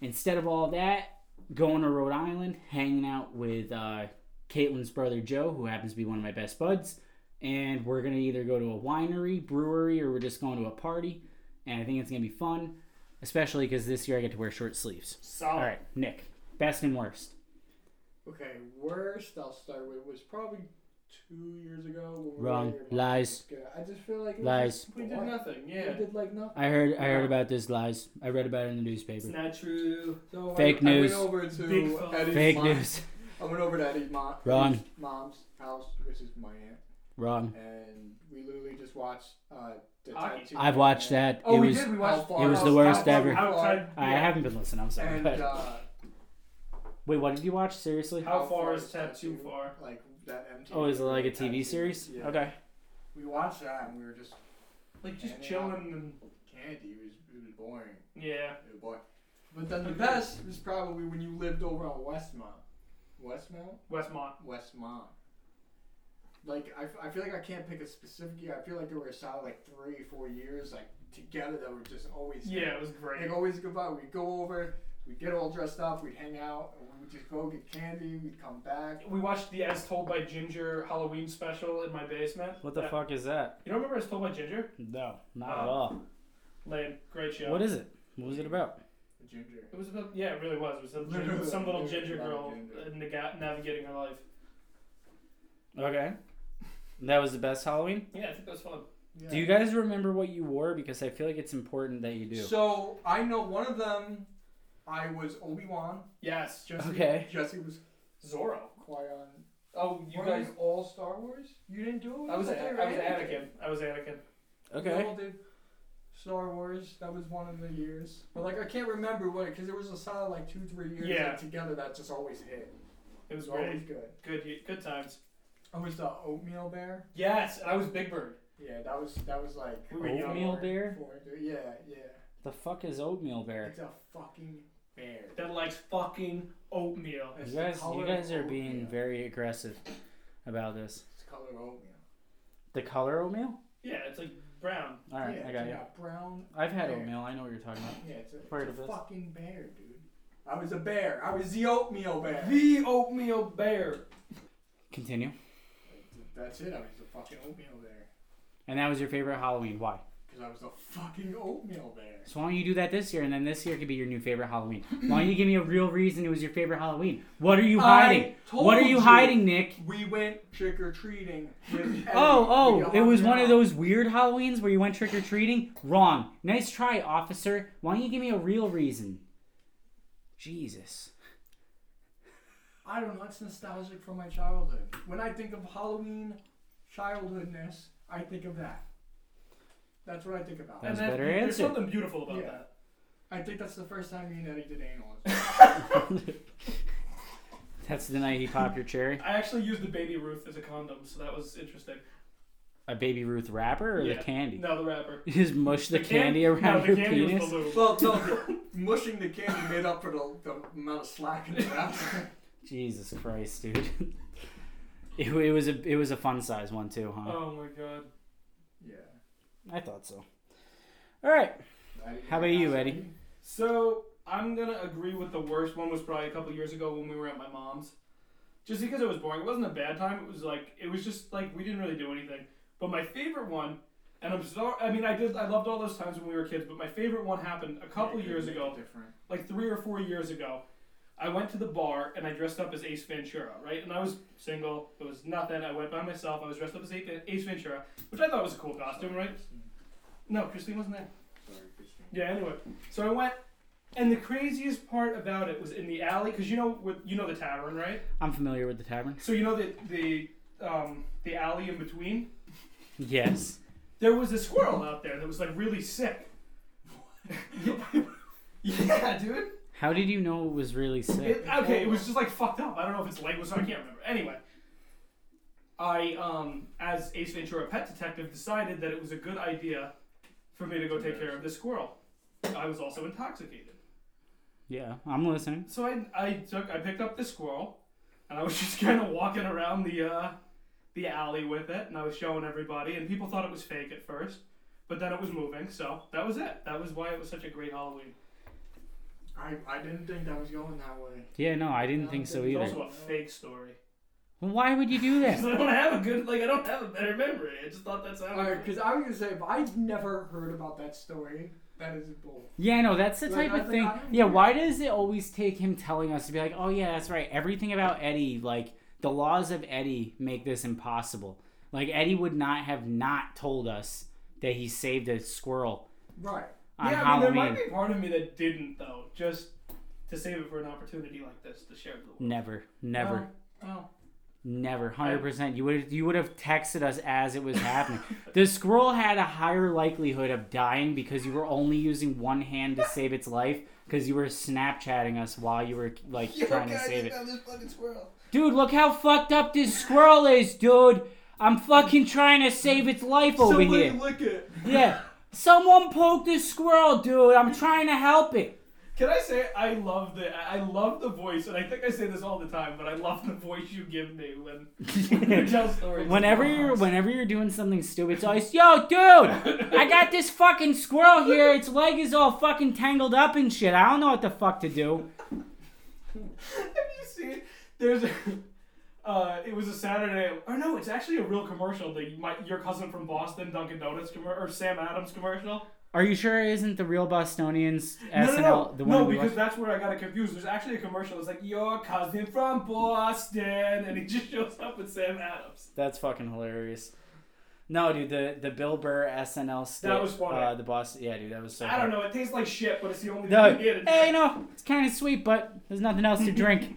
instead of all that, going to Rhode Island, hanging out with uh, Caitlin's brother Joe, who happens to be one of my best buds, and we're gonna either go to a winery, brewery, or we're just going to a party, and I think it's gonna be fun, especially because this year I get to wear short sleeves.
Solid.
All right, Nick, best and worst.
Okay, worst I'll start with was probably two years ago. When we
Wrong.
were at your
Lies.
mom's. I just feel like it was
Lies.
just
We did
boring.
nothing. Yeah.
We did like nothing.
I heard I heard about this lies. I read about it in the
It's
newspaper.
not true.
So
Fake
I,
news.
I went over to
Big phone.
Eddie's
Fake
mom-
news.
I went over to Eddie's mom,
Wrong.
Eddie's mom's house, which is my aunt,
Wrong.
and we literally just watched. Uh,
Hockey.
Detective
I've watched
Batman.
that.
Oh,
it
we
was.
did. We
How
watched.
far-
It was the
how
worst
far-
ever.
how far-
Outside.
I haven't been listening. I'm sorry.
And
but-
uh,
wait, what did you watch? Seriously?
How far is tattoo
Tattoo?
far?
Like that MTV.
Oh, is it like a TV
Tattoo.
series?
Yeah.
Okay.
We watched that and we were just
Like just
And they
chilling
have-
and uh,
Candy was it was boring.
yeah.
It was boring. But then the best was probably when you lived over on Westmont. Westmount?
Westmont.
Westmont. Like I, f- I feel like I can't pick a specific year. I feel like there were a solid like three, four years like together that were just always
Yeah, it was great.
Like always goodbye. We'd go over, we'd get all dressed up, we'd hang out, and we would just go get candy, we'd come back.
We watched the As Told by Ginger Halloween special in my basement.
What the
That-
fuck is that?
You don't remember As Told by Ginger?
No, not at
Oh.
all.
Lame. Great show.
What is it? What was it about?
Ginger.
It was about yeah, it really was. It was some,
Literally,
some little
it
ginger
was
girl
about ginger.
uh, naga- navigating her life.
Okay. That was the best Halloween.
Yeah, I think that was fun.
Yeah.
Do you guys remember what you wore? Because I feel like it's important that you do.
So I know one of them. I was Obi Wan.
Yes,
Jesse.
Okay.
Jesse was
Zorro.
Qui Gon.
Oh, you guys.
all Star Wars? You didn't do it.
I was
Okay,
I
right.
was Anakin. I was Anakin.
We
okay.
all did Star Wars. That was one of the years. But like I can't remember what because there was a solid like two three years
Yeah.
like, together that just always hit.
It
It
was
was always
great.
good.
Good, ye- good times.
I was the oatmeal bear.
Yes, and I was Big Bird.
Yeah, that was that was like
We were young.
Oatmeal bear?
four. Yeah, yeah.
The fuck is oatmeal bear?
It's a fucking bear.
That likes fucking oatmeal.
You
It's the
guys,
color
you
of
guys are being
oatmeal.
very aggressive about this.
It's the color of oatmeal.
The color oatmeal?
Yeah, it's like brown.
All right,
yeah,
I got
it's
you.
got brown.
I've had
bear.
oatmeal. I know what you're talking about.
Yeah, it's a,
Part
it's
of
a
this.
fucking bear, dude. I was a bear. I was the oatmeal bear.
The oatmeal bear.
Continue.
That's it. I was the fucking oatmeal bear.
And that was your favorite Halloween. Why?
Cause I was the fucking oatmeal bear.
So why don't you do that this year, and then this year could be your new favorite Halloween? Why don't you give me a real reason it was your favorite Halloween? What are you hiding?
I told
What are you hiding, Nick?
We went trick or treating.
Oh, oh, it was one of those weird Halloweens where you went trick or treating? Wrong. Nice try, officer. Why don't you give me a real reason? Jesus.
I don't know. It's nostalgic from my childhood. When I think of Halloween childhoodness, I think of that. That's what I think about.
That's
And that-
better
There's
answer.
something beautiful about
Yeah.
that.
I think that's the first time you and Eddie did anal.
That's the night he popped your cherry.
I actually used the baby Ruth as a condom, so that was interesting.
A baby Ruth wrapper or
yeah.
the candy?
No, the wrapper.
You just mush the,
can-
candy around
no,
your
the candy
penis.
Was the lube.
well, no, mushing the candy made up for the, the amount of slack in the bathroom.
Jesus Christ, dude. it, it was a it was a fun size one too, huh?
Oh my god.
yeah.
I thought so. All right.
I-
How about you, Eddie?
So I'm gonna agree with the worst one was probably a couple years ago when we were at my mom's, just because it was boring. It wasn't a bad time. It was like it was just like we didn't really do anything. But my favorite one, and I'm sorry. I mean, I did. I loved all those times when we were kids. But my favorite one happened a couple
Yeah, it
years
could make
ago,
it Different.
like three or four years ago. I went to the bar and I dressed up as Ace Ventura, right? And I was single. It was nothing. I went by myself. I was dressed up as Ace Ventura, which I thought was a cool costume, right? No, Christine wasn't there.
Sorry, Christine.
Yeah. Anyway, so I went, and the craziest part about it was in the alley because you know with you know the tavern, right?
I'm familiar with the tavern.
So you know the the um, the alley in between.
Yes.
There was a squirrel out there that was like really sick. yeah, dude.
How did you know it was really sick?
It, okay, it was just like fucked up. I don't know if its leg was. I can't remember. Anyway, I um as Ace Ventura Pet Detective decided that it was a good idea for me to go take care of the squirrel. I was also intoxicated.
Yeah, I'm listening.
So I, I took I picked up the squirrel, and I was just kind of walking around the uh, the alley with it, and I was showing everybody, and people thought it was fake at first, but then it was moving, so that was it. That was why it was such a great Halloween.
I, I didn't think that was going that way.
Yeah, no, I didn't
No,
think so
there's
It's
either.
also a fake story.
Well, why would you do
Because
that?
I don't have a good like I don't have a better memory. I just thought that sounded.
Alright, because I was gonna say, if I've never heard about that story, that is bull.
Yeah, no, that's the
Like,
type
I
of
think
thing.
I
"Oh,
don't
Yeah,
care.
why does it always take him telling us to be like, oh, yeah, that's right. Everything about Eddie, like, the laws of Eddie make this impossible. Like, Eddie would not have not told us that he saved a squirrel
Right.
on
yeah, I mean, there
Halloween.
might be part of me that didn't though, just to save it for an opportunity like this to share with the world.
Never, never.
Oh,
Never, hundred percent. You would you would have texted us as it was happening. the squirrel had a higher likelihood of dying because you were only using one hand to save its life because you were Snapchatting us while you were like trying to save it.
this fucking squirrel.
Dude, look how fucked up this squirrel is, dude. I'm fucking trying to save its life over
Somebody
here.
lick it.
Yeah. Someone poke this squirrel, dude. I'm trying to help it.
Can I say I love the I I love the voice, and I think I say this all the time, but I love the voice you give me when, when you tell stories.
Whenever you're whenever you're doing something stupid, it's always, yo, dude, I got this fucking squirrel here. Its leg is all fucking tangled up and shit. I don't know what the fuck to do.
Have you seen? There's a. Uh, it was a Saturday, or no, it's actually a real commercial. The my, your cousin from Boston, Dunkin' Donuts, commer- or Sam Adams commercial.
Are you sure it isn't the real Bostonians
No,
SNL
no, no,
the one
no
we
because
watched?
that's where I got it confused. There's actually a commercial. It's like your cousin from Boston, and he just shows up with Sam Adams.
That's fucking hilarious. No, dude, the the Bill Burr SNL skit.
was funny.
Uh, the boss, yeah, dude, that was so.
I don't know. It tastes like shit, but it's the only
No,
thing you get. in
hey,
it.
no, it's kind of sweet, but there's nothing else to drink.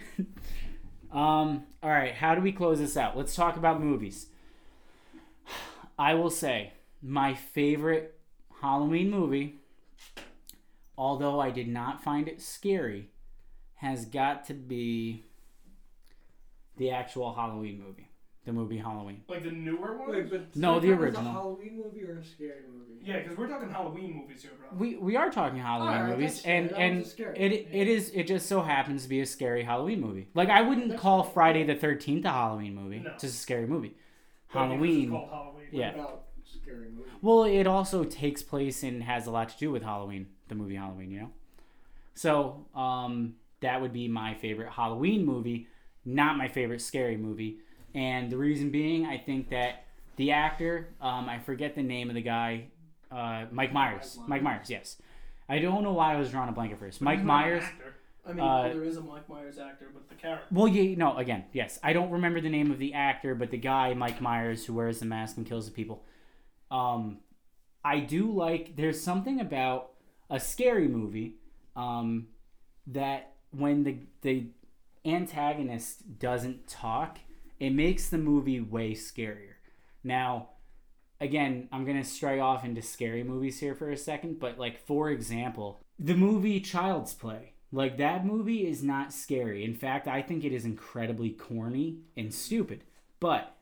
um, all right, how do we close this out? Let's talk about movies. I will say my favorite Halloween movie, although I did not find it scary, has got to be the actual Halloween movie, the movie Halloween.
Like the newer one.
Wait, but
No,
Satan
the
was
original.
a Halloween movie or a scary movie?
Yeah, because we're talking Halloween movies here, bro.
We we are talking Halloween
Alright,
movies,
that's fair.
and
That
and
was a scary
it
one, yeah.
it is it just so happens to be a scary Halloween movie. Like I wouldn't
That's
call
fair.
Friday the Thirteenth a Halloween movie.
No.
It's just a scary movie.
Like, it's
Halloween.
called Halloween.
Yeah.
About scary movie.
Well, it also takes place and has a lot to do with Halloween, the movie Halloween, you know? So, um, that would be my favorite Halloween movie, not my favorite scary movie. And the reason being, I think that the actor, um, I forget the name of the guy, uh, Mike Myers.
Myers.
Mike Myers, yes. I don't know why I was drawing a blank at first. Mike
He's not an
Myers.
actor.
I mean,
Uh,
there is a Mike Myers actor, but
The character.
Well, yeah, no, again, yes. I don't remember the name of the actor, but the guy, Mike Myers, who wears the mask and kills the people. Um, I do like, there's something about a scary movie um, that when the, the antagonist doesn't talk, it makes the movie way scarier. Now, again, I'm going to stray off into scary movies here for a second, but like, for example, the movie Child's Play. Like, that movie is not scary. In fact, I think it is incredibly corny and stupid. But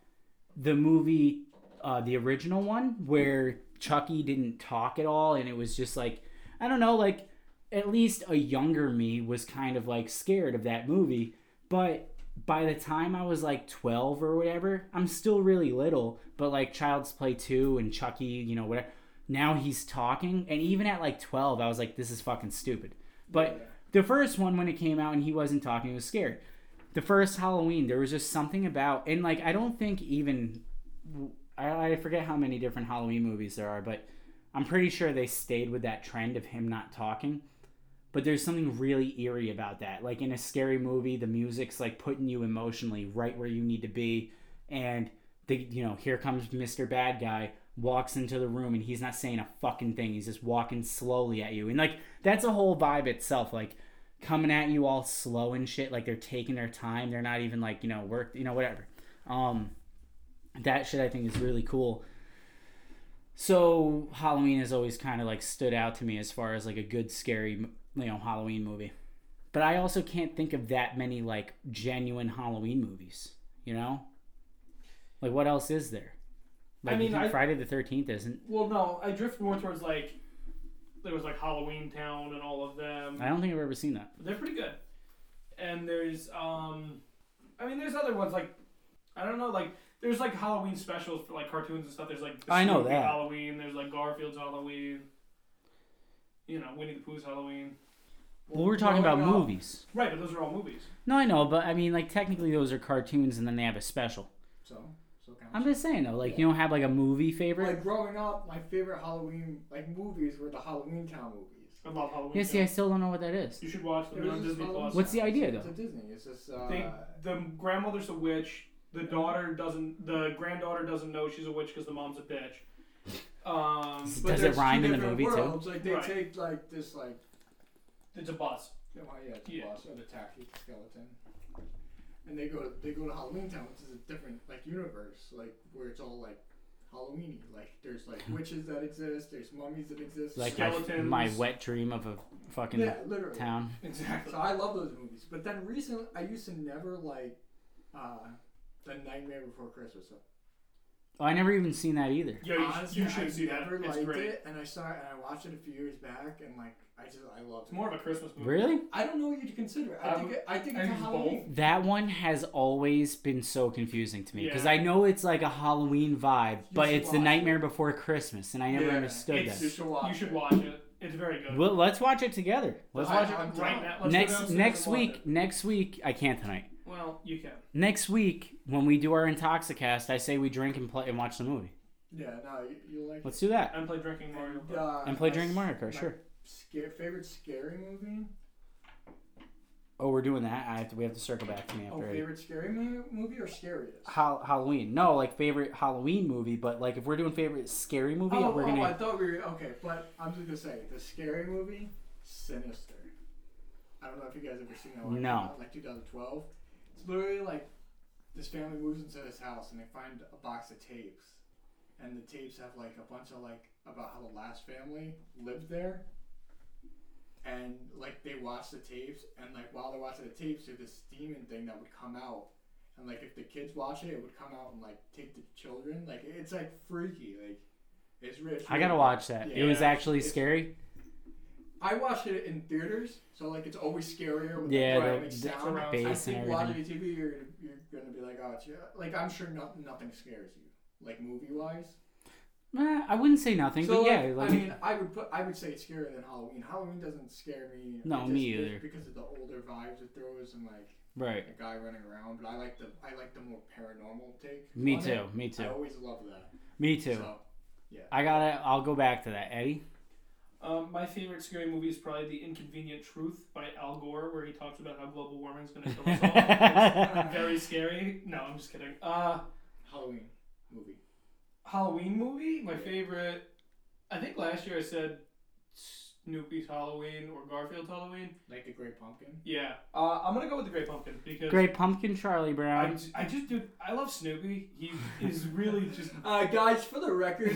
the movie, uh, the original one, where Chucky didn't talk at all and it was just like, I don't know, like, at least a younger me was kind of like scared of that movie. But by the time I was like 12 or whatever, I'm still really little, but like Child's Play 2 and Chucky, you know, whatever. Now he's talking. And even at like 12, I was like, this is fucking stupid. But the first one, when it came out and he wasn't talking, it was scary. The first Halloween, there was just something about, and like, I don't think even, I, I forget how many different Halloween movies there are, but I'm pretty sure they stayed with that trend of him not talking but there's something really eerie about that. Like in a scary movie, the music's like putting you emotionally right where you need to be, and the you know here comes Mr. Bad Guy walks into the room and he's not saying a fucking thing. He's just walking slowly at you, and like that's a whole vibe itself. Like coming at you all slow and shit. Like they're taking their time. They're not even like you know work. You know whatever. Um, that shit I think is really cool. So Halloween has always kind of like stood out to me as far as like a good scary you know Halloween movie. But I also can't think of that many like genuine Halloween movies, you know? Like what else is there? Like
mean, I-
Friday the 13th isn't.
Well, no, I drift more towards like there was like Halloween Town and all of them.
I don't think I've ever seen that.
They're pretty good. And there's um, I mean, there's other ones like I don't know, like there's like Halloween specials for like cartoons and stuff. There's like the
I know
Snoopy
that.
Halloween. There's like Garfield's Halloween. You know, Winnie the Pooh's Halloween.
Well, we're talking about
growing up-
movies.
Right, but those are all movies.
No, I know, but I mean like technically those are cartoons and then they have a special.
So, so kind
I'm just saying though, like you don't have like a movie favorite.
Like growing up, my favorite Halloween like movies were the Halloween Town movies.
I love Halloween.
yeah, see, I
Town.
still don't know what that is.
You should watch them.
There
They're on
was this
Disney
Halloween
Plus.
What's the
Town.
idea,
It's
though?
a Disney. It's just uh,
They, the grandmother's a witch. The daughter doesn't. The granddaughter doesn't know she's a witch because the mom's a bitch. Um,
Does
but
it
there's two
rhyme in the
different
movie, too?
worlds. Like they
Right.
take like this like
it's a buzz.
you know, yeah, it's a
Yeah.
boss of the tacky skeleton, and they go to they go to Halloween Town, which is a different like universe, like where it's all like Halloweeny. Like there's like
Hmm.
witches that exist, there's mummies that exist.
Like
so-
my,
Skeletons.
my wet dream of a fucking
yeah, literally.
town.
Exactly.
So I love those movies. But then recently, I used to never like uh, The Nightmare Before Christmas.
Oh, I never even seen that either.
Yo, you,
Honestly,
you should
I
see that.
never
It's
liked
great.
it, and I saw it, and I watched it a few years back, and like I just I loved
It's
it.
more of a Christmas movie.
Really?
I don't know what you'd consider. it. I
Um,
think it, I think
I
it's a
think it's
Halloween.
That one has always been so confusing to me because
Yeah.
I know it's like a Halloween vibe, but
should
it's the
watch
Nightmare Before Christmas, and I never
Yeah,
understood
it's-
You
that.
should watch
You should
it.
watch it. It's very good.
Well, let's watch it together. Let's
I-
watch
I'm
it right
down.
now.
it
Let's go
next
downstairs and
next
watch
week.
it.
Next week, I can't tonight.
Well, you can.
Next week, when we do our Intoxicast, I say we drink and play and watch the movie.
Yeah, no, you, you'll like.
Let's do that
I'm play drinking
it.
Mario.
And,
Bros.
uh,
and play
my
Drink
s-
Mario Kart.
my
Sure.
Scare, favorite scary movie?
Oh, we're doing that. I have to, we have to circle back to me
Oh,
after eight.
favorite scary mo- movie or scariest?
Hal- Halloween. No, like favorite Halloween movie, but like if we're doing favorite scary movie,
Oh,
we're
oh,
gonna.
I thought we were okay, but I'm just gonna say the scary movie, Sinister. I don't know if you guys ever seen that one.
No.
Like 2012. It's literally like this family moves into this house and they find a box of tapes, and the tapes have like a bunch of like about how the last family lived there. And like they watch the tapes, and like while they're watching the tapes, there's this demon thing that would come out, and like if the kids watch it, it would come out and like take the children. Like it's like freaky. Like it's rich.
I gotta watch that. It was
Yeah.
actually
oh, It's-
scary.
I watched it in theaters, so like it's always scarier. With
Yeah,
like,
the-
dynamic
the
sound.
surround
I
bass
think
and
watching TV, you're gonna, you're gonna be like, oh, it's like I'm sure not, nothing scares you, like movie wise.
Eh, I wouldn't say nothing,
So
but yeah,
like,
like
I mean, I would put I would say it's scarier than Halloween. Halloween doesn't scare me.
No,
It
me
just-
either.
Because of the older vibes it throws and like
right.
a guy running around, but I like the I like the more paranormal take.
Me
on
too.
it.
Me
I
too.
always love that.
Me too.
So, yeah.
I gotta. I'll go back to that, Eddie.
Um, my favorite scary movie is probably The Inconvenient Truth by Al Gore, where he talks about how global warming is going to kill us all. It's very scary. No, I'm just kidding. Uh,
Halloween movie.
Halloween movie, my
Yeah.
favorite. I think last year I said Snoopy's Halloween or Garfield's Halloween.
Like the Great Pumpkin.
Yeah, uh, I'm gonna go with the Great Pumpkin because
Great Pumpkin, Charlie
I,
Brown.
j- I just do. I love Snoopy. He is really just.
Uh, guys, for the record,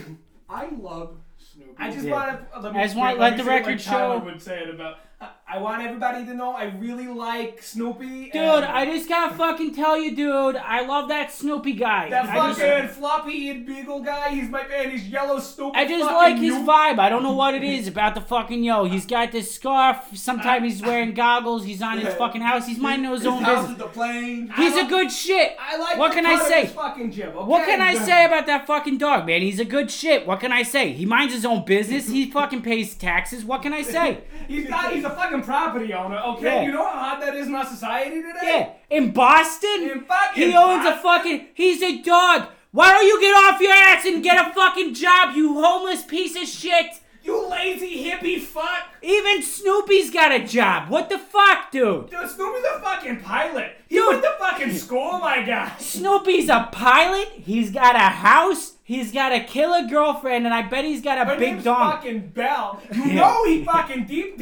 I love Snoopy.
I just
Yeah.
want to let, me,
I just wanna let the
me say it
record
like Tyler
show-
would say it about. I, I want everybody to know I really like Snoopy.
Dude, I just gotta fucking tell you, dude. I love that Snoopy guy.
That
I just,
fucking floppy-eared beagle guy, he's my man, he's yellow, stupid.
I just
fucking
like his
noob.
vibe. I don't know what it is about the fucking yo. He's got this scarf. Sometimes he's wearing goggles. He's on his fucking house. He's minding his own
house
business.
is the plane.
He's a
love-
good shit.
I like
What
the
can I
cut of
say?
his fucking jib, okay?
What can I say about that fucking dog, man? He's a good shit. What can I say? He minds his own business. He fucking pays taxes. What can I say?
He's got he's a fucking property owner, okay?
Yeah.
You know how hard that is in our society
Yeah,
today?
in Boston,
In fucking
he owns a
Boston.
fucking. He's a dog. Why don't you get off your ass and get a fucking job, you homeless piece of shit?
You lazy hippie fuck!
Even Snoopy's got a job. What the fuck, dude?
Dude, Snoopy's a fucking pilot. He
Dude.
went to fucking school, my guy.
Snoopy's a pilot. He's got a house. He's got a killer girlfriend, and I bet he's got a
Her
big
name's
dog.
fucking Bell. You
Yeah.
know he fucking deep.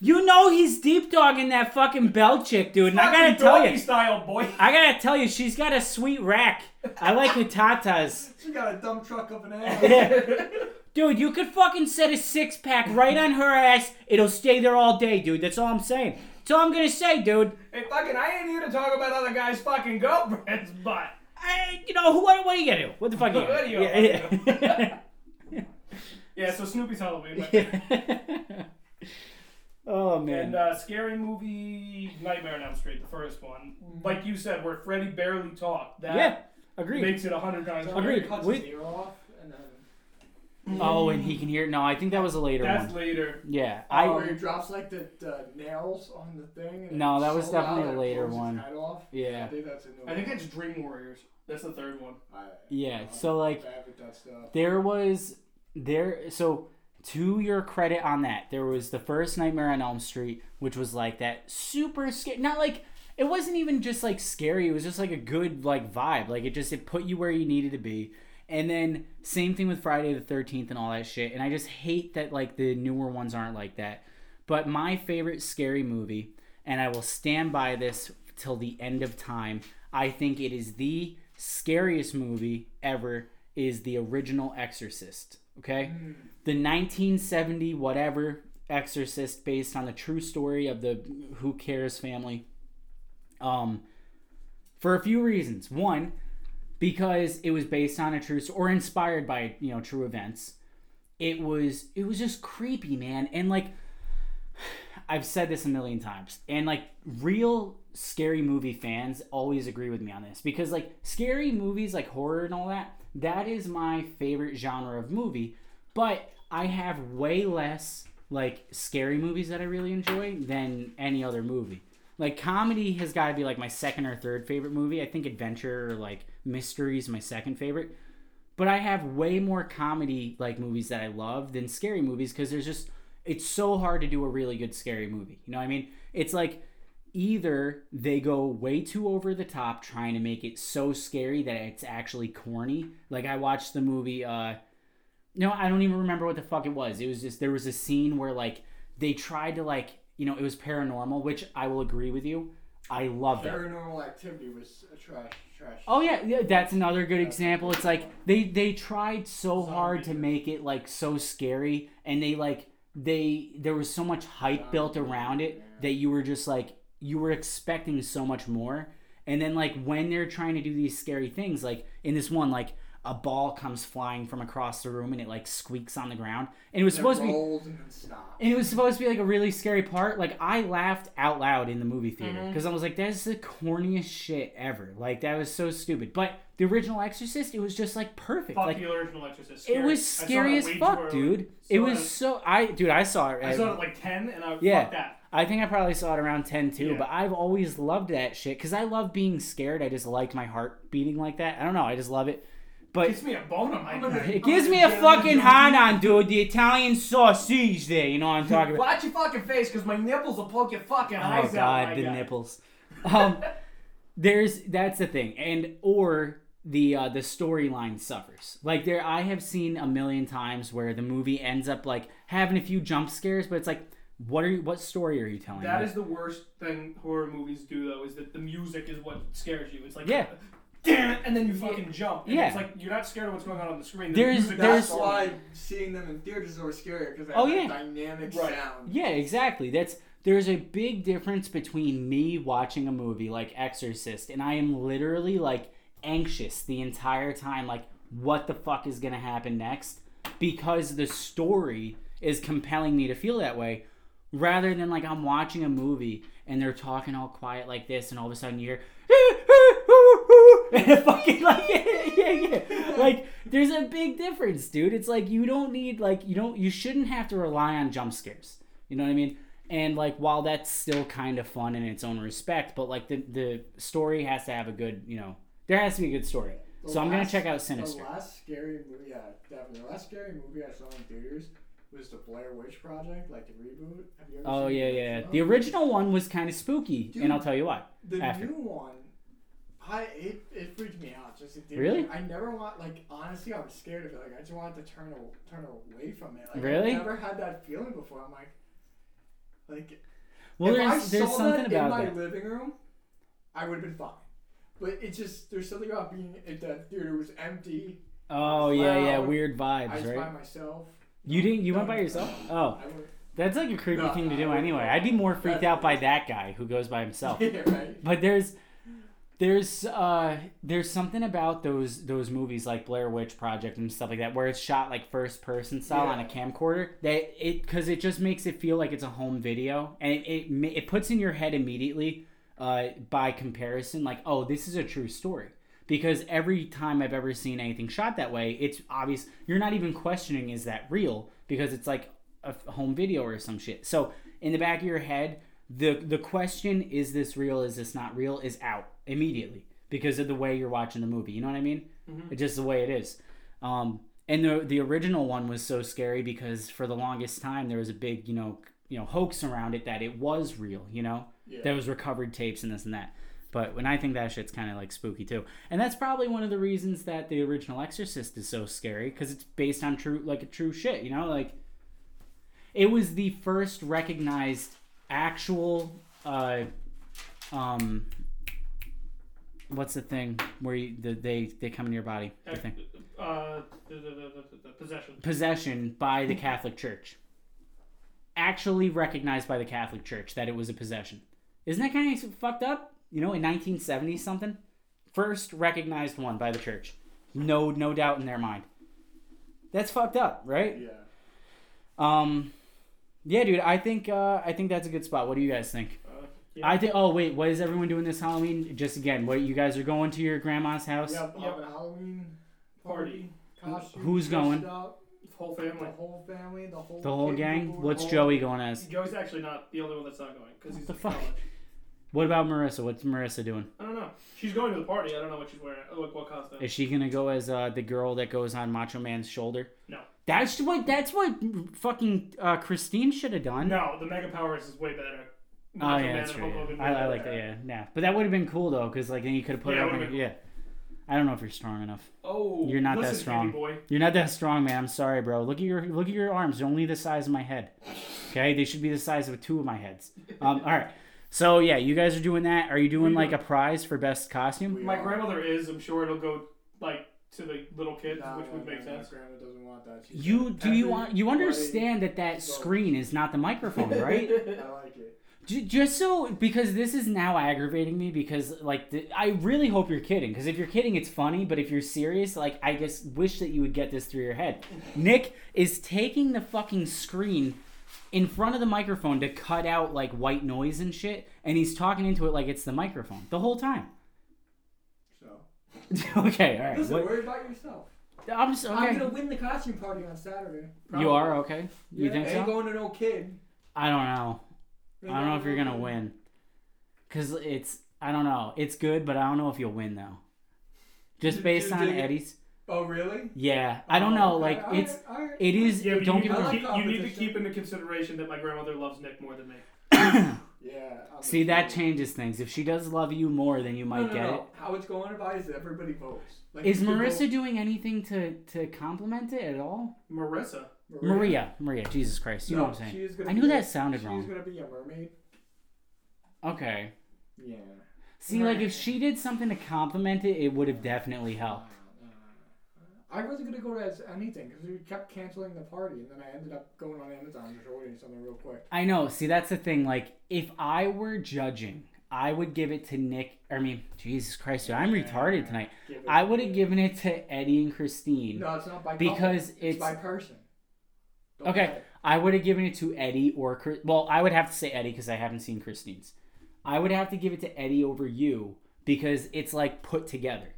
you know he's deep dogging that fucking bell chick, dude. And I gotta
fucking
tell
doggy
you,
style boy.
I gotta tell you, she's got a sweet rack. I like her tatas.
She got a dump truck up an ass.
Dude, you could fucking set a six pack right on her ass. It'll stay there all day, dude. That's all I'm saying. That's all I'm gonna say, dude.
Hey, fucking, I ain't here to talk about other guys' fucking girlfriends, but
I, you know, who, what, what are you gonna do? What the fuck are you
What are
gonna do?
you
Yeah,
yeah. So Snoopy's Halloween. my favorite.
yeah. oh, man.
And uh, scary movie Nightmare on Elm Street, the first one. Like you said, where Freddy barely talked. That
yeah, agreed.
makes it a hundred times.
So
worse.
Agreed.
he Cuts
We-
his ear off and then
Oh, and he can hear. No, I think that was a later
That's
one.
later.
Yeah, I.
Oh, where he drops like the, the nails on the thing. And
No,
it's
that was
so
definitely
loud
a
it
later
blows his
one.
Head off. I
yeah,
think that's a new
I think that's Dream Warriors. That's the third one.
I-
yeah.
I'm
So like,
bad with that stuff.
there was there so to your credit on that there was the first nightmare on elm street which was like that super scary not like it wasn't even just like scary it was just like a good like vibe like it just it put you where you needed to be and then same thing with friday the 13th and all that shit and i just hate that like the newer ones aren't like that but my favorite scary movie and i will stand by this till the end of time i think it is the scariest movie ever is the original Exorcist. Okay, the 1970 whatever Exorcist, based on the true story of the Who Cares family. Um, for a few reasons. One, because it was based on a true s- or inspired by you know true events. It was it was just creepy, man, and like I've said this a million times, and like real scary movie fans always agree with me on this because like scary movies, like horror and all that, that is my favorite genre of movie. But I have way less like scary movies that I really enjoy than any other movie. Like comedy has got to be like my second or third favorite movie. I think adventure or like mystery is my second favorite but I have way more comedy like movies that I love than scary movies because there's just it's so hard to do a really good scary movie. You know what I mean? It's like either they go way too over the top trying to make it so scary that it's actually corny. Like I watched the movie uh no, I don't even remember what the fuck it was. It was just there was a scene where like they tried to like, you know, it was paranormal, which I will agree with you. I love that.
Paranormal Activity was a trash, trash.
Oh yeah, yeah, that's another good example. It's like they they tried so hard to make it like so scary, and they like they there was so much hype built around it that you were just like you were expecting so much more. And then like when they're trying to do these scary things, like in this one, like a ball comes flying from across the room and it like squeaks on the ground, and it was
It
supposed to be
rolled and then stopped.
and it was supposed to be like a really scary part. Like I laughed out loud in the movie theater
Mm-hmm.
because I was like, "That's the corniest shit ever." Like that was so stupid. But the original Exorcist, it was just like perfect.
Fuck
like
the original Exorcist.
it
Scary. I
was
saw that
scary as
way too
fuck,
early.
dude.
Saw
It was so I, dude, I saw it.
I saw it at like ten, and I
Yeah.
fuck that.
I think I probably saw it around 10 too,
Yeah.
but I've always loved that shit because I love being scared. I just like my heart beating like that. I don't know. I just love it. But
Gives me a bone on my neck.
it gives me a fucking hot on, dude. The Italian sausage there. You know what I'm talking about?
Watch your fucking face, cause my nipples will poke your fucking
Oh
eyes out. my
god, the nipples. Um, there's that's the thing, and or the uh, the storyline suffers. Like there, I have seen a million times where the movie ends up like having a few jump scares, but it's like, what are you? What story are you telling?
That
me?
is the worst thing horror movies do, though, is that the music is what scares you. It's like,
Yeah.
damn it, and then you fucking jump. And
Yeah.
It's like you're not scared of what's going on on the screen.
There is-
music
there
That's
There's-
why seeing them in theaters is always scarier because they have
Oh,
that
yeah.
dynamic
Right.
sound.
Yeah, exactly. That's there's a big difference between me watching a movie like Exorcist and I am literally like anxious the entire time like what the fuck is going to happen next because the story is compelling me to feel that way rather than like I'm watching a movie and they're talking all quiet like this and all of a sudden you hear and it fucking like yeah, yeah, yeah. Like there's a big difference, dude. It's like you don't need like you don't you shouldn't have to rely on jump scares. You know what I mean? And like while that's still kind of fun in its own respect, but like the the story has to have a good, you know, there has to be a good story.
The
So I'm gonna
last-
check out Sinister.
The last scary movie, yeah, definitely. The last scary movie I saw in theaters was the Blair Witch Project, like the reboot. Have you ever
Oh
seen
yeah,
that
yeah.
show?
The original one was kind of spooky, and I'll
Dude.
tell you why.
The
After.
new one, I it, it freaked me out. Just it did
Really?
I never want like honestly, I was scared of it. Like I just wanted to turn a, turn away from it. Like,
Really?
I've never had that feeling before. I'm like, like
Well,
if I
there's
saw
there's something
that in
about
my
that.
living room, I would have been fine. But it just there's something about being at that theater was empty.
Oh yeah, yeah.
loud.
Weird
I was
vibes, right?
by myself.
You didn't. You went
No,
by
no,
yourself?
no.
Oh,
I would,
that's like a creepy
No,
thing to do
I-
anyway. I'd be more freaked out by that guy who goes by himself.
yeah, right.
But there's, there's, uh, there's something about those those movies like Blair Witch Project and stuff like that, where it's shot like first person style on a
Yeah.
camcorder. That it because it just makes it feel like it's a home video, and it it, ma- it puts in your head immediately. Uh, by comparison, like oh, this is a true story. Because every time I've ever seen anything shot that way, it's obvious you're not even questioning is that real because it's like a f- home video or some shit. So in the back of your head, the the question is this real? Is this not real? Is out immediately because of the way you're watching the movie. You know what I mean? It's just the way it is. Um, and the the original one was so scary because for the longest time there was a big you know you know hoax around it that it was real. You know
Yeah.
there was recovered tapes and this and that. But when I think that shit's kind of like spooky too, and that's probably one of the reasons that the original Exorcist is so scary because it's based on true like a true shit. You know like it was the first recognized actual uh um what's the thing where you, the, they they come in your body the
That,
thing.
uh, the, the, the, the, the possession.
possession by the catholic church actually recognized by the catholic church that it was a possession isn't that kind of fucked up you know in 1970 something first recognized one by the church. No, no doubt in their mind. That's fucked up, right?
Yeah.
Um, yeah, dude. I think uh, I think that's a good spot. What do you guys think?
Uh, yeah.
I think. Oh wait, what is everyone doing this Halloween? Just again, what you guys are going to your grandma's house?
Yeah,
Yep.
having a Halloween
Party.
Costume,
Who's
dressed
going?
up,
whole
the
family.
whole family, the whole
The whole
kid,
gang.
whole-
What's
whole-
Joey going as?
Joey's actually not the only one that's not going because he's
the
in
fuck?
college.
What about Marissa? What's Marissa doing?
I don't know. She's going to the party. I don't know what she's wearing. Oh, like what costume?
Is she gonna go as uh, the girl that goes on Macho Man's shoulder?
No.
That's what. That's what fucking uh, Christine should have done.
No, the Mega Powers is way better.
Oh
Macho
yeah,
Man
that's
and
true.
Hulk Hogan
yeah.
way
I, I
better.
like that. Yeah, yeah. But that would have been cool though, because like then you could have put
Yeah,
it
it
up.
would've
in-
been
Yeah. I don't know if you're strong enough.
Oh,
You're not that
listen,
strong.
Baby boy.
You're not that strong, man. I'm sorry, bro. Look at your look at your arms. They're only the size of my head. Okay, they should be the size of two of my heads. Um, all right. So yeah, you guys are doing that. Are you doing
We
like
do.
a prize for best costume?
We
My
are-
grandmother is. I'm sure it'll go like to the little kids,
Nah,
which
nah,
would make
nah,
sense.
Grandma doesn't want that. She's
You
like,
do you
every
want you
wedding-
understand that that screen is not the microphone, right?
I like it.
J- just so because this is now aggravating me because like the, I really hope you're kidding because if you're kidding it's funny but if you're serious like I just wish that you would get this through your head. Nick is taking the fucking screen in front of the microphone to cut out like white noise and shit and he's talking into it like it's the microphone the whole time.
So.
okay, all right.
Listen,
What,
worry about yourself.
I'm just
I'm
okay.
gonna win the costume party on Saturday.
You are okay. You
Yeah,
think
Ain't
so?
going to no kid.
I don't know. I don't know if you're gonna win, cause it's I don't know. It's good, but I don't know if you'll win though. Just
Did-
based
did
on
you dig it?
Eddie's,
Oh really?
yeah. I don't
Oh,
know.
okay,
Like
all right,
it's
all right.
it is.
Yeah, but
don't get me
you, need,
I
wrong.
like
you need to
competition.
keep into consideration that my grandmother loves Nick more than me.
Yeah. I'm
See that
kidding.
changes things. If she does love you more, then you
No,
might
no,
get
no. How it's going about is everybody votes. Like,
it. Is
you could
Marissa doing anything to to compliment it at all?
Marissa.
vote
Maria, Maria, Jesus Christ, you know what I'm
she
saying?
is gonna
I
be
knew
a-
that sounded
she's
wrong.
gonna be a mermaid.
Okay.
Yeah.
See, like if she did something to compliment it, it would have definitely helped.
Uh, I wasn't gonna go as anything because we kept canceling the party, and then I ended up going on Amazon just ordering something real quick.
I know. See, that's the thing. Like, if I were judging, I would give it to Nick. I mean, Jesus Christ, dude, I'm retarded tonight.
Give it-
I would have given it to Eddie and Christine.
No, it's not by couple.
Because
it's
it's-
by person. Don't
Okay,
matter.
I would have given it to Eddie or Chris. Well, I would have to say Eddie because I haven't seen Christine's. I would have to give it to Eddie over you because it's like put together.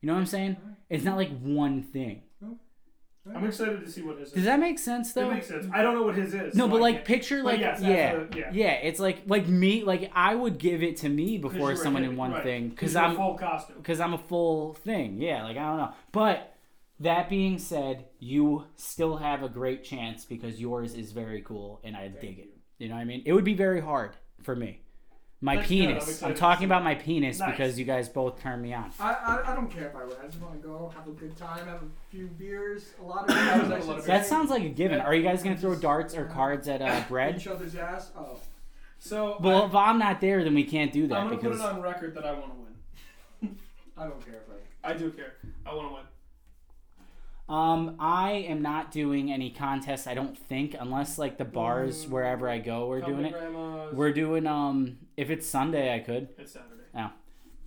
You know what I'm saying? It's not like one thing.
I'm excited to see what his
Does
is.
that make sense though?
It makes sense. I don't know what his is.
No,
so
but
I
like
can't-
picture
But
like
yes, that's
yeah,
what it-
yeah,
yeah.
It's like like me like I would give it to me before
you're a
someone
kid,
in one
right.
thing because
you're
I'm
full costume.
because I'm a full thing. Yeah, like I don't know. But that being said, you still have a great chance because yours is very cool and I dig it. You know what I mean? It would be very hard for me. My
That's good. I'm
penis. I'm,
excited to
talking
see
about my penis
Nice.
because you guys both turned me on.
I, I, I don't care if I win. I just want to go have a good time, have a few beers, a lot of beers. I
A lot
should
of
say.
That sounds like a given. Are you guys gonna throw
Just-
darts or cards at uh, bread?
Each other's ass. Oh,
So
Well, if I'm not there, then we can't do
I,
that
am gonna
because
put it on record that I want to win.
I don't care if I.
I do care. I want to win.
Um, I am not doing any contests. I don't think, unless like the bars wherever I go are
Come
doing
to
it.
Grandma's.
We're doing um, if it's Sunday, I could.
It's Saturday.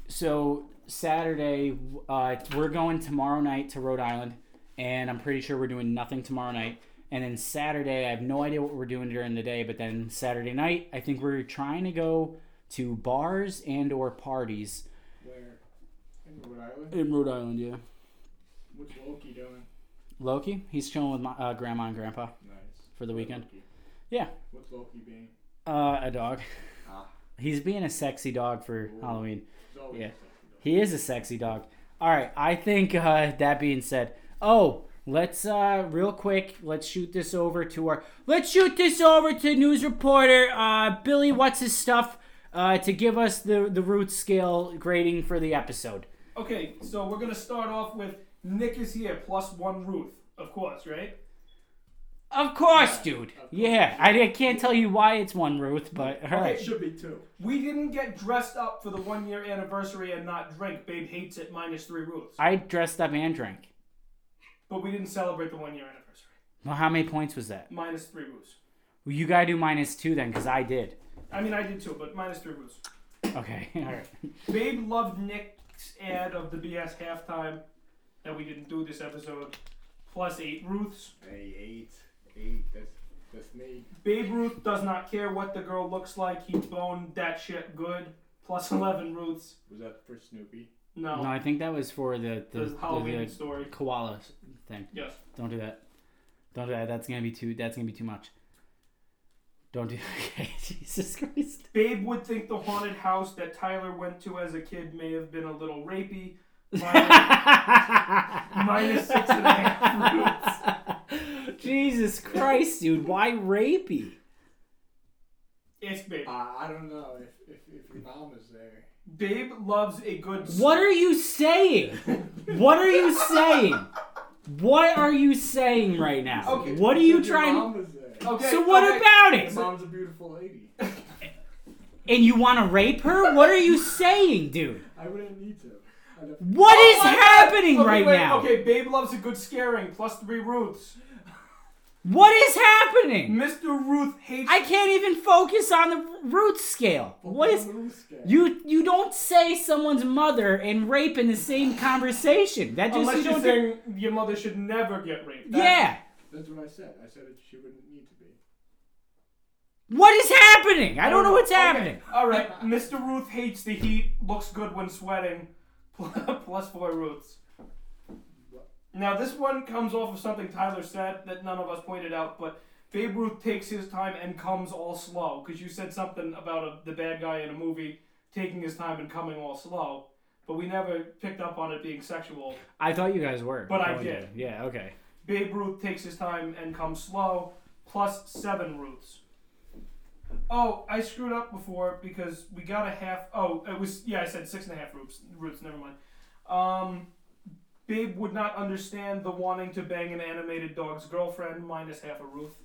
So Saturday, uh, we're going tomorrow night to Rhode Island, and I'm pretty sure we're doing nothing tomorrow night. And then Saturday, I have no idea what we're doing during the day, but then Saturday night, I think we're trying to go to bars and or parties
Where? In Rhode Island.
in Rhode Island. Yeah,
What's Loki doing?
Loki, he's chilling with my uh, grandma and grandpa
Nice.
for the weekend.
Loki.
Yeah.
What's Loki being?
Uh, a dog.
Ah.
He's being a sexy dog for
Ooh.
Halloween.
He's always a
Yeah.
sexy dog.
He is a sexy dog. All right, I think uh, that being said, oh, let's uh, real quick, let's shoot this over to our, let's shoot this over to news reporter uh, Billy. What's his stuff? Uh, to give us the the root scale grading for the episode.
Okay, so we're gonna start off with Nick is here plus one Ruth, of course, right?
Of course,
Yeah,
dude.
of course.
Yeah, I, I can't tell you why it's one Ruth, but all
It
right.
should be two.
We didn't get dressed up for the one year anniversary and not drink. Babe hates it minus three Ruths.
I dressed up and drank.
But we didn't celebrate the one year anniversary.
Well, how many points was that?
Minus three Ruths.
Well, you gotta do minus two then, because I did.
I mean, I did too, but minus three Ruths.
Okay, all right.
Babe loved Nick ad of the BS halftime that we didn't do this episode, plus eight Ruths.
Hey, eight, eight. That's that's me.
Babe Ruth does not care what the girl looks like. He boned that shit good. Plus eleven Ruths.
Was that for Snoopy?
No,
No, I think that was for the the,
the, Halloween
the
story.
koala thing.
Yes.
Don't do that. Don't do that. That's gonna be too. That's gonna be too much. Don't do. Okay, Jesus Christ.
Babe would think the haunted house that Tyler went to as a kid may have been a little rapey. Minus, minus six and a half Ruths.
Jesus Christ, dude. Why rapey?
It's Babe.
Uh, I don't know if, if, if your mom was there.
Babe loves a good.
What are you saying? What are you saying? What are you saying right now?
Okay,
what are you
If your
trying? Oh,
Mom was there.
Okay.
so what
okay.
about
Your
it?
mom's a beautiful lady.
And you want to rape her? What are you saying, dude?
I wouldn't need to. I'd have-
What is
Oh my God.
happening
Okay,
right
wait,
now?
Okay, Babe loves a good scaring. Plus three Ruths.
What is happening?
Mr. Ruth hates.
I can't even focus on the root scale. What is
Balloon scare.
you? You don't say someone's mother and rape in the same conversation. That just
unless
you
you're
don't. do-
saying your mother should never get raped. That-
yeah.
That's what I said. I said it, she wouldn't need to be.
What is happening? I don't know what's
Oh, Okay,
happening.
All right, Mr. Ruth hates the heat. Looks good when sweating. Plus four Ruths. Now this one comes off of something Tyler said that none of us pointed out, but Babe Ruth takes his time and comes all slow. Because you said something about a, the bad guy in a movie taking his time and coming all slow, but we never picked up on it being sexual.
I thought you guys were.
But I
Oh,
did.
Yeah, Yeah, okay.
Babe Ruth takes his time and comes slow, plus seven Ruths. Oh, I screwed up before because we got a half. Oh, it was yeah. I said six and a half Ruths. Ruths. Never mind. Um, Babe would not understand the wanting to bang an animated dog's girlfriend minus half a Ruth.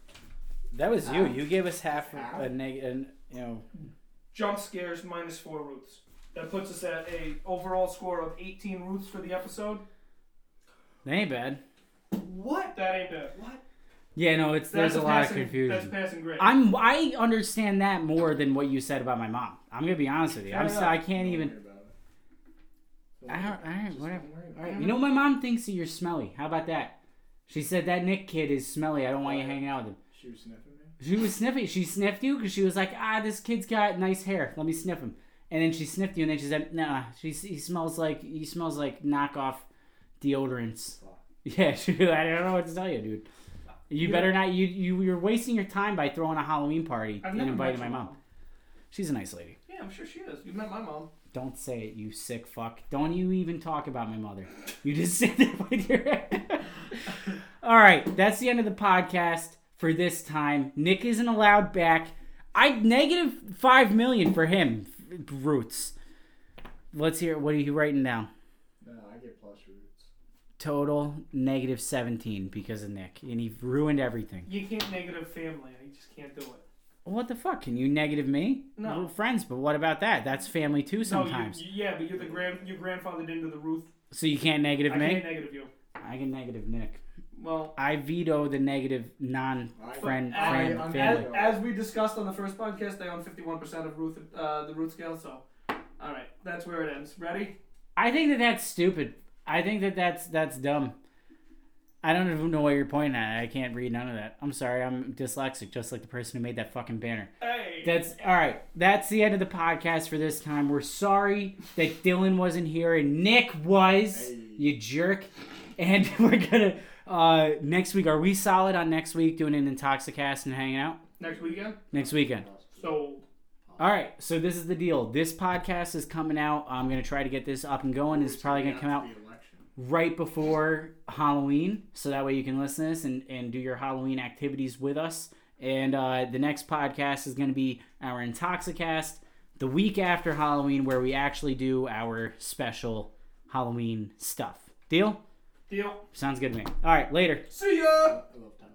That was you.
Ow.
You gave us half
Ow.
a neg- an, you know.
Jump scares minus four Ruths. That puts us at a overall score of eighteen Ruths for the episode.
That ain't bad.
What?
That ain't bad.
What?
Yeah, no, it's there's
That's
a lot of
passing- That's
confusion.
passing grade.
I'm I understand that more than what you said about my mom. I'm gonna be honest with you. I'm
Fair
so,
enough.
I can't
Don't
even.
worry about it. Don't
I don't.
worry.
I don't.
Just
Whatever.
don't worry about
All right.
it.
You know, my mom thinks that you're smelly. How about that? She said that Nick kid is smelly. I don't want you
Oh, yeah.
hanging out with him.
She was sniffing me.
She was sniffing. She sniffed you because she was like, ah, this kid's got nice hair. Let me sniff him. And then she sniffed you, and then she said, nah, she, he smells like he smells like knockoff deodorants. Yeah, she, I don't know what to tell you, dude. You
Yeah.
better not. You you you're wasting your time by throwing a Halloween party
I've
and
never
inviting my
met your
mom. She's a nice lady.
Yeah, I'm sure she is. You met my mom.
Don't say it, you sick fuck. Don't you even talk about my mother. You just sit there with your. All right, that's the end of the podcast for this time. Nick isn't allowed back. I negative five million for him. Roots. Let's hear. What are you writing down?
No, I get plus roots.
Total negative seventeen because of Nick, and he ruined everything.
You can't negative family. I just can't do it.
What the fuck? Can you negative me?
No.
We're friends, but what about that? That's family too
No, you-
sometimes.
you- yeah, but you're the grand. You grandfathered into the Ruth.
so you can't
I
negative me?
can't negative you.
I can negative Nick.
Well,
I veto the negative non
I-
friend
I- um,
friend
I'm-
family.
I-
as, as we discussed on the first podcast, they own 51% of Ruth, uh, the Ruth scale. So, all right, that's where it ends. Ready?
I think that that's stupid. I think that that's that's dumb. I don't even know what you're pointing at. I can't read none of that. I'm sorry. I'm dyslexic, just like the person who made that fucking banner.
Hey.
That's all right. That's the end of the podcast for this time. We're sorry that Dylan wasn't here and Nick was.
Hey.
You jerk. And we're gonna uh next week. Are we solid on next week doing an intoxicast and hanging out
Next weekend.
next weekend?
So,
All right. So this is the deal. This podcast is coming out. I'm gonna try to get this up and going. It's probably gonna come out
The election.
right before Halloween, so that way you can listen to this and, and do your Halloween activities with us. And uh, the next podcast is going to be our Intoxicast the week after Halloween, where we actually do our special Halloween stuff. Deal?
deal.
Sounds good to me. All right, later.
See ya.
I love time.